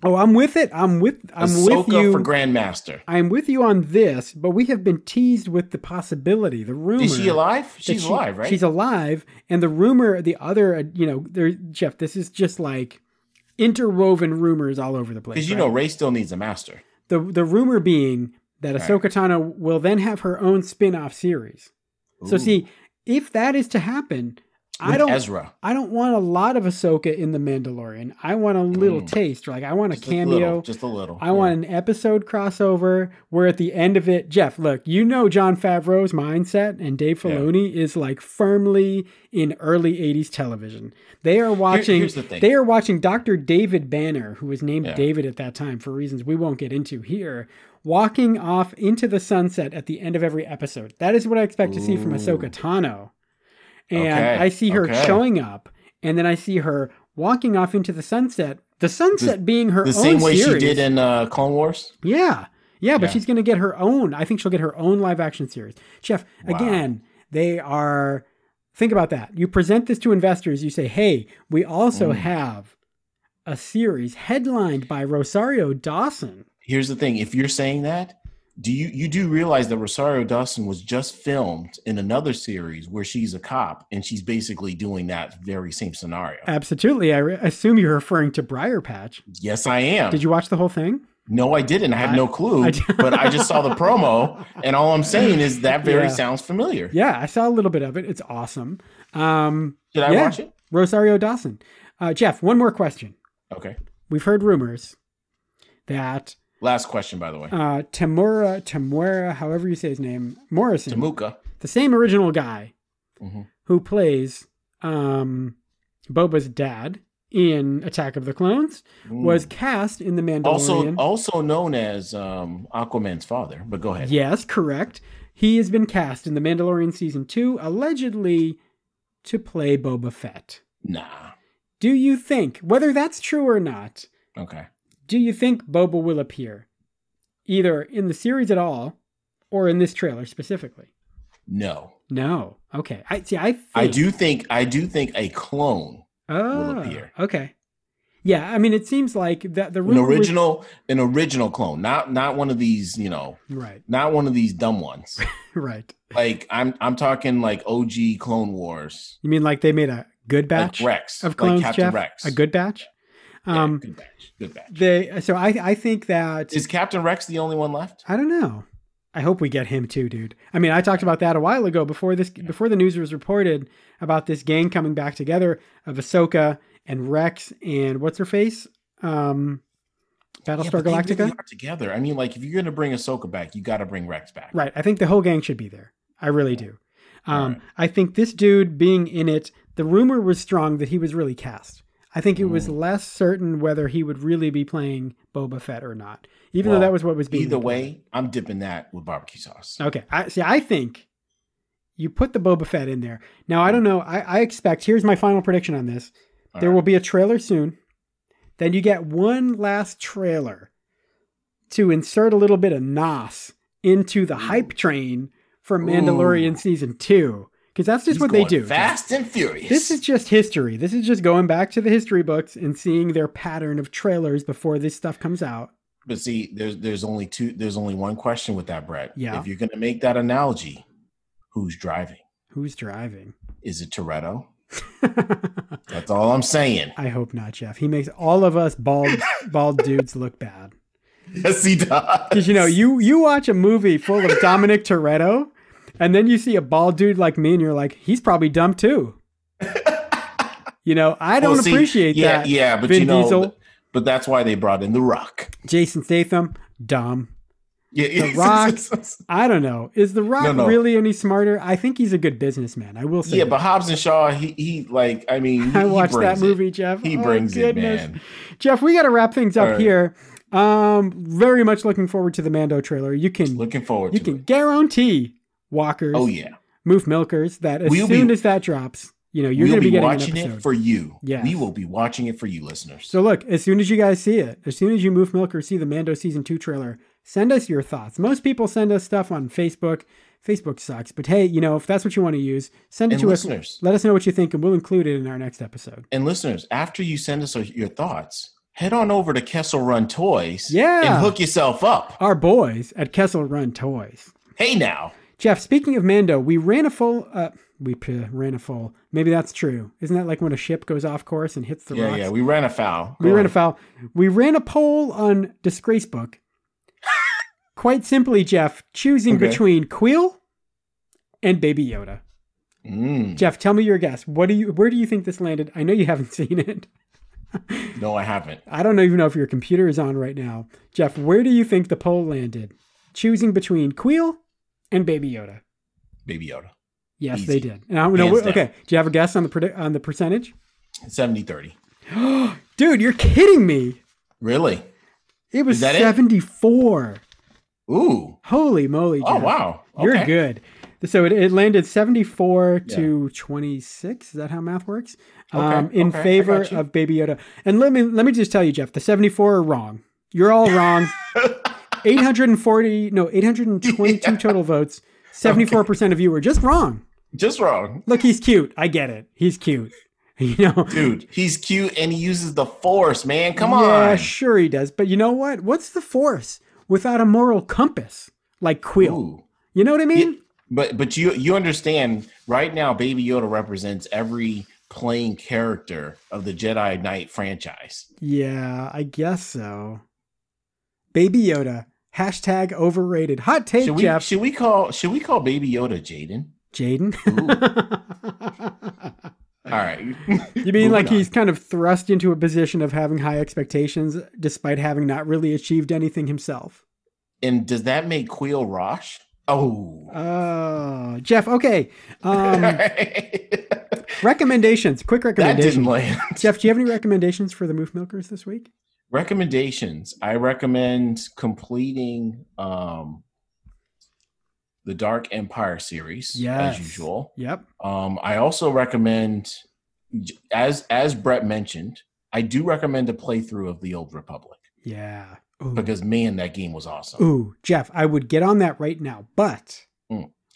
S2: Oh, I'm with it. I'm with. I'm with
S1: Ahsoka
S2: you.
S1: for Grandmaster.
S2: I'm with you on this, but we have been teased with the possibility, the rumor.
S1: Is she alive?
S2: that
S1: She's
S2: she-
S1: alive, right?
S2: She's alive, and the rumor, the other, uh, you know, there, Jeff. This is just like interwoven rumors all over the place.
S1: Because you know,
S2: right?
S1: Ray still needs a master.
S2: the the rumor being that
S1: Right.
S2: Ahsoka Tano will then have her own spin-off series. So
S1: Ooh.
S2: see, if that is to happen, I
S1: With
S2: don't
S1: Ezra.
S2: I don't want a lot of Ahsoka in the Mandalorian. I want a little
S1: Mm.
S2: taste. Like I want a
S1: Just
S2: cameo.
S1: little, just a little.
S2: I want an episode crossover where at the end of it, Jeff, look, you know John Favreau's mindset and Dave
S1: Yeah.
S2: Filoni is like firmly in early 80s television. They are watching
S1: here's the thing.
S2: they are watching Dr. David Banner, who was named
S1: Yeah.
S2: David at that time for reasons we won't get into here, walking off into the sunset at the end of every episode. That is what I expect to see from
S1: Ooh.
S2: Ahsoka Tano. And
S1: Okay,
S2: I see her
S1: okay.
S2: showing up and then I see her walking off into the sunset. The sunset being her
S1: the
S2: own
S1: same way
S2: series.
S1: she did in uh, Clone Wars.
S2: Yeah. Yeah, but
S1: Yeah.
S2: she's going to get her own. I think she'll get her own live action series. Jeff,
S1: Wow.
S2: again, they are. Think about that. You present this to investors. You say, hey, we also
S1: Mm.
S2: have a series headlined by Rosario Dawson.
S1: Here's the thing: if you're saying that, do you you do realize that Rosario Dawson was just filmed in another series where she's a cop and she's basically doing that very same scenario?
S2: Uh, Absolutely. I re- assume you're referring to Briar Patch.
S1: yes, I am.
S2: Did you watch the whole thing?
S1: no, I didn't. I had no clue,
S2: I d-
S1: but I just saw the promo, and all I'm saying is that very
S2: Yeah.
S1: sounds familiar.
S2: Yeah, I saw a little bit of it. It's awesome. Um,
S1: Did I
S2: Yeah.
S1: watch it?
S2: Rosario Dawson. Uh, Jeff, one more question.
S1: Okay.
S2: We've heard rumors that
S1: Last question, by the way.
S2: uh, Tamura, Tamura, however you say his name, Morrison,
S1: Tamuka.
S2: the same original guy
S1: Mhm.
S2: who plays um, Boba's dad in Attack of the Clones,
S1: Mm.
S2: was cast in The Mandalorian.
S1: also also known as um, Aquaman's father. But go ahead.
S2: yes, correct. He has been cast in The Mandalorian season two, allegedly to play Boba Fett.
S1: Nah.
S2: Do you think, whether that's true or not,
S1: Okay.
S2: do you think Boba will appear either in the series at all or in this trailer specifically?
S1: No.
S2: No. Okay. I see. I think,
S1: I do think I do think a clone,
S2: oh,
S1: appear.
S2: Okay. Yeah. I mean, it seems like that the
S1: an
S2: rumor was-
S1: original, an original clone, not not one of these, you know,
S2: right.
S1: not one of these dumb ones.
S2: Right.
S1: like I'm I'm talking like OG Clone Wars,
S2: You mean like they made a good batch
S1: like Rex,
S2: of clones,
S1: like Captain
S2: Jeff?
S1: Rex,
S2: A good batch.
S1: Yeah,
S2: Um.
S1: good batch, good batch.
S2: They. So I. I think that.
S1: Is Captain Rex the only one left?
S2: I don't know. I hope we get him too, dude. I mean, I talked about that a while ago before this before the news was reported about this gang coming back together of Ahsoka and Rex and what's her face? Um
S1: Yeah,
S2: Battlestar
S1: but they really
S2: Galactica.
S1: are together. I mean, like if you're gonna bring Ahsoka back, you got to bring Rex back.
S2: Right. I think the whole gang should be there. I really do. Um,
S1: Alright.
S2: I think this dude being in it, the rumor was strong that he was really cast. I think it was
S1: Mm.
S2: less certain whether he would really be playing Boba Fett or not, even
S1: Well,
S2: though that was what was being
S1: Either
S2: reported.
S1: way, I'm dipping that with barbecue sauce.
S2: Okay. I see. I think you put the Boba Fett in there. Now
S1: Hmm.
S2: I don't know. I, I expect. Here's my final prediction on this.
S1: All
S2: there
S1: right.
S2: will be a trailer soon. Then you get one last trailer to insert a little bit of Nos into the hype train for Mandalorian
S1: Ooh.
S2: season two, because that's just
S1: He's
S2: what they
S1: going
S2: do.
S1: Fast and furious.
S2: This is just history. This is just going back to the history books and seeing their pattern of trailers before this stuff comes out.
S1: But see, there's there's only two there's only one question with that, Brett.
S2: Yeah.
S1: If you're gonna make that analogy, who's driving?
S2: Who's driving?
S1: Is it Toretto? That's all I'm saying.
S2: I hope not, Jeff. He makes all of us bald bald dudes look bad.
S1: Yes, he does.
S2: Because you know, you you watch a movie full of Dominic Toretto, and then you see a bald dude like me, and you're like, he's probably dumb too. You know, I don't
S1: Well, see,
S2: appreciate
S1: yeah,
S2: that.
S1: Yeah, but
S2: Vin
S1: you know,
S2: Diesel.
S1: but that's why they brought in The Rock.
S2: Jason Statham, dumb.
S1: Yeah,
S2: The Rock. I don't know. Is The Rock
S1: No, no.
S2: really any smarter? I think he's a good businessman. I will say.
S1: yeah,
S2: that.
S1: but Hobbs and Shaw, he, he like, I mean,
S2: I
S1: he
S2: watched that
S1: brings it.
S2: movie, Jeff.
S1: He
S2: Oh,
S1: brings it,
S2: goodness.
S1: man.
S2: Jeff, we got to wrap things up
S1: All right.
S2: here. Um, very much looking forward to the Mando trailer. You can
S1: Looking forward
S2: you
S1: to
S2: can
S1: it.
S2: guarantee walkers,
S1: Oh yeah,
S2: moof milkers that as
S1: We'll be-
S2: soon as that drops, you know you're
S1: we'll
S2: going to
S1: be,
S2: be getting an
S1: watching
S2: episode.
S1: it for you.
S2: Yes.
S1: we will be watching it for you, listeners.
S2: so look, as soon as you guys see it, as soon as you moof milkers see the Mando season two trailer, send us your thoughts. Most people send us stuff on Facebook. Facebook sucks, but hey, you know if that's what you want to use, send it
S1: and
S2: to us.
S1: listeners,
S2: Let us know what you think, and we'll include it in our next episode.
S1: and listeners, after you send us your thoughts, head on over to Kessel Run Toys
S2: Yeah.
S1: and hook yourself up.
S2: Our boys at Kessel Run Toys.
S1: Hey now.
S2: Jeff, speaking of Mando, we ran a full. Uh, we p- ran a full. Maybe that's true. Isn't that like when a ship goes off course and hits the
S1: Yeah,
S2: rocks?
S1: yeah, we ran afoul.
S2: we
S1: Go
S2: ran
S1: on.
S2: a foul. We ran a poll on Disgracebook. Quite simply, Jeff, choosing
S1: Okay.
S2: between Quill and Baby Yoda.
S1: Mm,
S2: Jeff, tell me your guess. What do you? Where do you think this landed? I know you haven't seen it.
S1: no, I haven't.
S2: I don't even know if your computer is on right now. Jeff, where do you think the poll landed? Choosing between Quill and Baby Yoda.
S1: Baby Yoda.
S2: Yes,
S1: Easy.
S2: they did. And I don't know
S1: Hands
S2: what-
S1: down.
S2: okay, do you have a guess on the predi- on the percentage?
S1: 70 30.
S2: Dude, you're kidding me.
S1: Really?
S2: It was
S1: Is that it?
S2: 74.
S1: Ooh.
S2: Holy moly.
S1: Oh,
S2: Jeff.
S1: wow.
S2: You're
S1: Okay.
S2: good. So it, it landed 74
S1: Yeah.
S2: to 26. Is that how math works?
S1: Okay,
S2: Um, in
S1: okay, I
S2: favor
S1: got you.
S2: of Baby Yoda. And let me let me just tell you, Jeff, the 74 are wrong. You're all wrong. 840, no, 822 total votes. 74% of you were just wrong.
S1: Just wrong.
S2: Look, he's cute. I get it. He's cute. You know,
S1: Dude, he's cute and he uses the force, man. Come on.
S2: Yeah, sure he does. But you know what? What's the force without a moral compass like Quill?
S1: Ooh.
S2: You know what I mean?
S1: But but you you understand right now Baby Yoda represents every playing character of the Jedi Knight franchise.
S2: Yeah, I guess so. Baby Yoda. Hashtag overrated. Hot take,
S1: Should we
S2: Jeff.
S1: should we call should we call Baby Yoda Jaden?
S2: Jaden.
S1: Ooh. All right.
S2: you mean like
S1: Moving on.
S2: he's kind of thrust into a position of having high expectations despite having not really achieved anything himself?
S1: And does that make Quill Rosh? Oh.
S2: Um, Oh, Jeff. Okay. Um,
S1: that
S2: recommendations. Quick
S1: didn't
S2: recommendations.
S1: land.
S2: Jeff, do you have any recommendations for the Moof Milkers this week?
S1: Recommendations. I recommend completing um the Dark Empire series
S2: Yes.
S1: as usual.
S2: Yep.
S1: Um, I also recommend, j- as as Brett mentioned, I do recommend a playthrough of the Old Republic
S2: Yeah. Ooh.
S1: because man, that game was awesome.
S2: Mm. Ooh, Jeff, I would get on that right now, but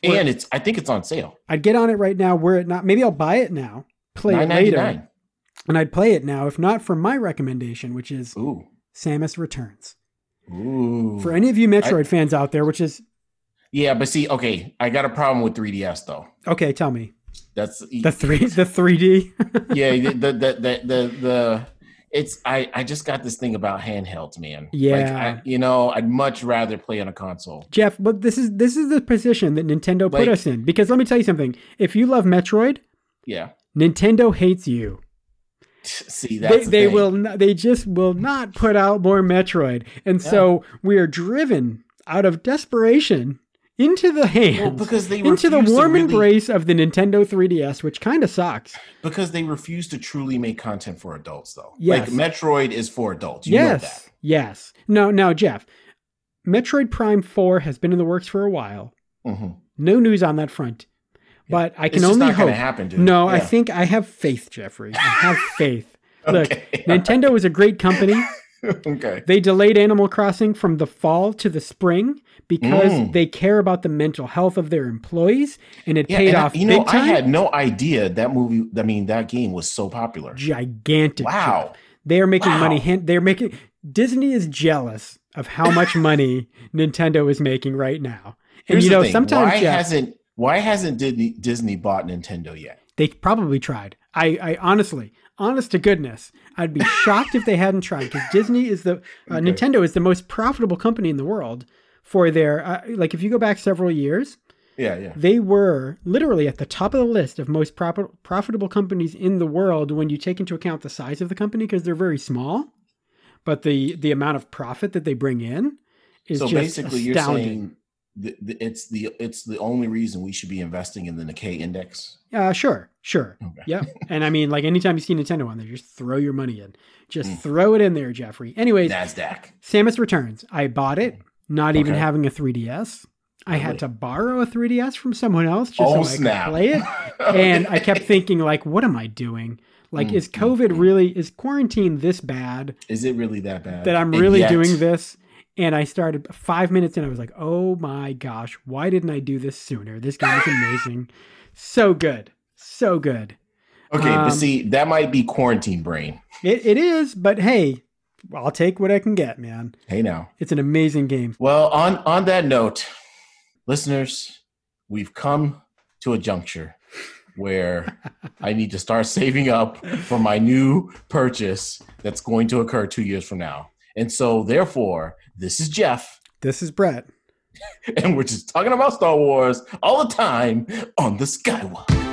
S1: and it's I think it's on sale.
S2: I'd get on it right now were it not. Maybe I'll buy it now, play it
S1: Nine ninety
S2: later,
S1: nine.
S2: and I'd play it now, if not for my recommendation, which is
S1: Ooh,
S2: Samus Returns.
S1: ooh.
S2: For any of you Metroid fans out there, which is,
S1: yeah, but see, okay, I got a problem with 3ds though.
S2: okay, tell me.
S1: That's
S2: The three the 3D.
S1: yeah, the the the the, the, the it's I, I just got this thing about handhelds, man. Like
S2: Yeah.
S1: I, you know, I'd much rather play on a console.
S2: Jeff, but this is this is the position that Nintendo put
S1: Like-
S2: us in. Because let me tell you something. If you love Metroid,
S1: Yeah.
S2: Nintendo hates you.
S1: See, that's
S2: they,
S1: the
S2: they
S1: thing.
S2: will not, they just will not put out more metroid and so we are driven out of desperation into the
S1: Well,
S2: hands
S1: because they
S2: into the
S1: refuse to
S2: warm
S1: really-
S2: embrace of the nintendo 3ds which kind of sucks
S1: because they refuse to truly make content for adults though
S2: Yes.
S1: like metroid is for adults you know
S2: yes
S1: that
S2: yes no now jeff metroid prime 4 has been in the works for a while
S1: Mhm. no
S2: no news on that front but i
S1: It's
S2: can
S1: just
S2: only
S1: not gonna
S2: hope
S1: happen, dude.
S2: no i
S1: Yeah.
S2: think i have faith jeffrey i have faith look
S1: Okay.
S2: nintendo is a great company
S1: okay
S2: They delayed Animal Crossing from the fall to the spring because
S1: Mm.
S2: they care about the mental health of their employees, and it
S1: yeah
S2: paid
S1: and I-
S2: off
S1: you
S2: big
S1: know i
S2: time.
S1: had no idea that movie i mean that game was so popular
S2: Gigantic.
S1: wow
S2: Jeff. They are making money.
S1: Wow.
S2: hand- They're making. Disney is jealous of how much money Nintendo is making right now, and
S1: Here's
S2: you
S1: the
S2: know
S1: thing.
S2: sometimes
S1: why
S2: Jeff,
S1: hasn't why hasn't disney, disney bought nintendo yet
S2: they probably tried. I, I honestly, honest to goodness, I'd be shocked if they hadn't tried because Disney is the uh,
S1: Okay.
S2: Nintendo is the most profitable company in the world for their uh, like if you go back several years
S1: yeah yeah
S2: they were literally at the top of the list of most profi- profitable companies in the world when you take into account the size of the company because they're very small but the the amount of profit that they bring in is
S1: so
S2: just
S1: basically
S2: astounding.
S1: you're saying th- th- it's the it's the only reason we should be investing in the nikkei index
S2: uh sure sure
S1: okay.
S2: yep and i mean like anytime you see nintendo on there just throw your money in just
S1: Mm.
S2: throw it in there jeffrey anyways
S1: nasdaq
S2: samus returns i bought it not even
S1: Okay.
S2: having a 3ds i had
S1: Really?
S2: to borrow a 3ds from someone else just
S1: oh
S2: so i
S1: snap
S2: could play it and I kept thinking, like, what am I doing? Like, is COVID really, is quarantine this bad
S1: Is it really that bad?
S2: that I'm
S1: And
S2: really
S1: yet-
S2: doing this? And I started five minutes in, I was like, oh my gosh, why didn't I do this sooner? This game is amazing. so good. So good.
S1: Okay,
S2: Um,
S1: but see, that might be quarantine brain.
S2: It, it is, but hey, I'll take what I can get, man.
S1: Hey now.
S2: It's an amazing game.
S1: Well, on on that note, listeners, we've come to a juncture where I need to start saving up for my new purchase that's going to occur 2 years from now. And so therefore, this is Jeff
S2: This is Brett.
S1: and we're just talking about Star Wars all the time on the Skywalk.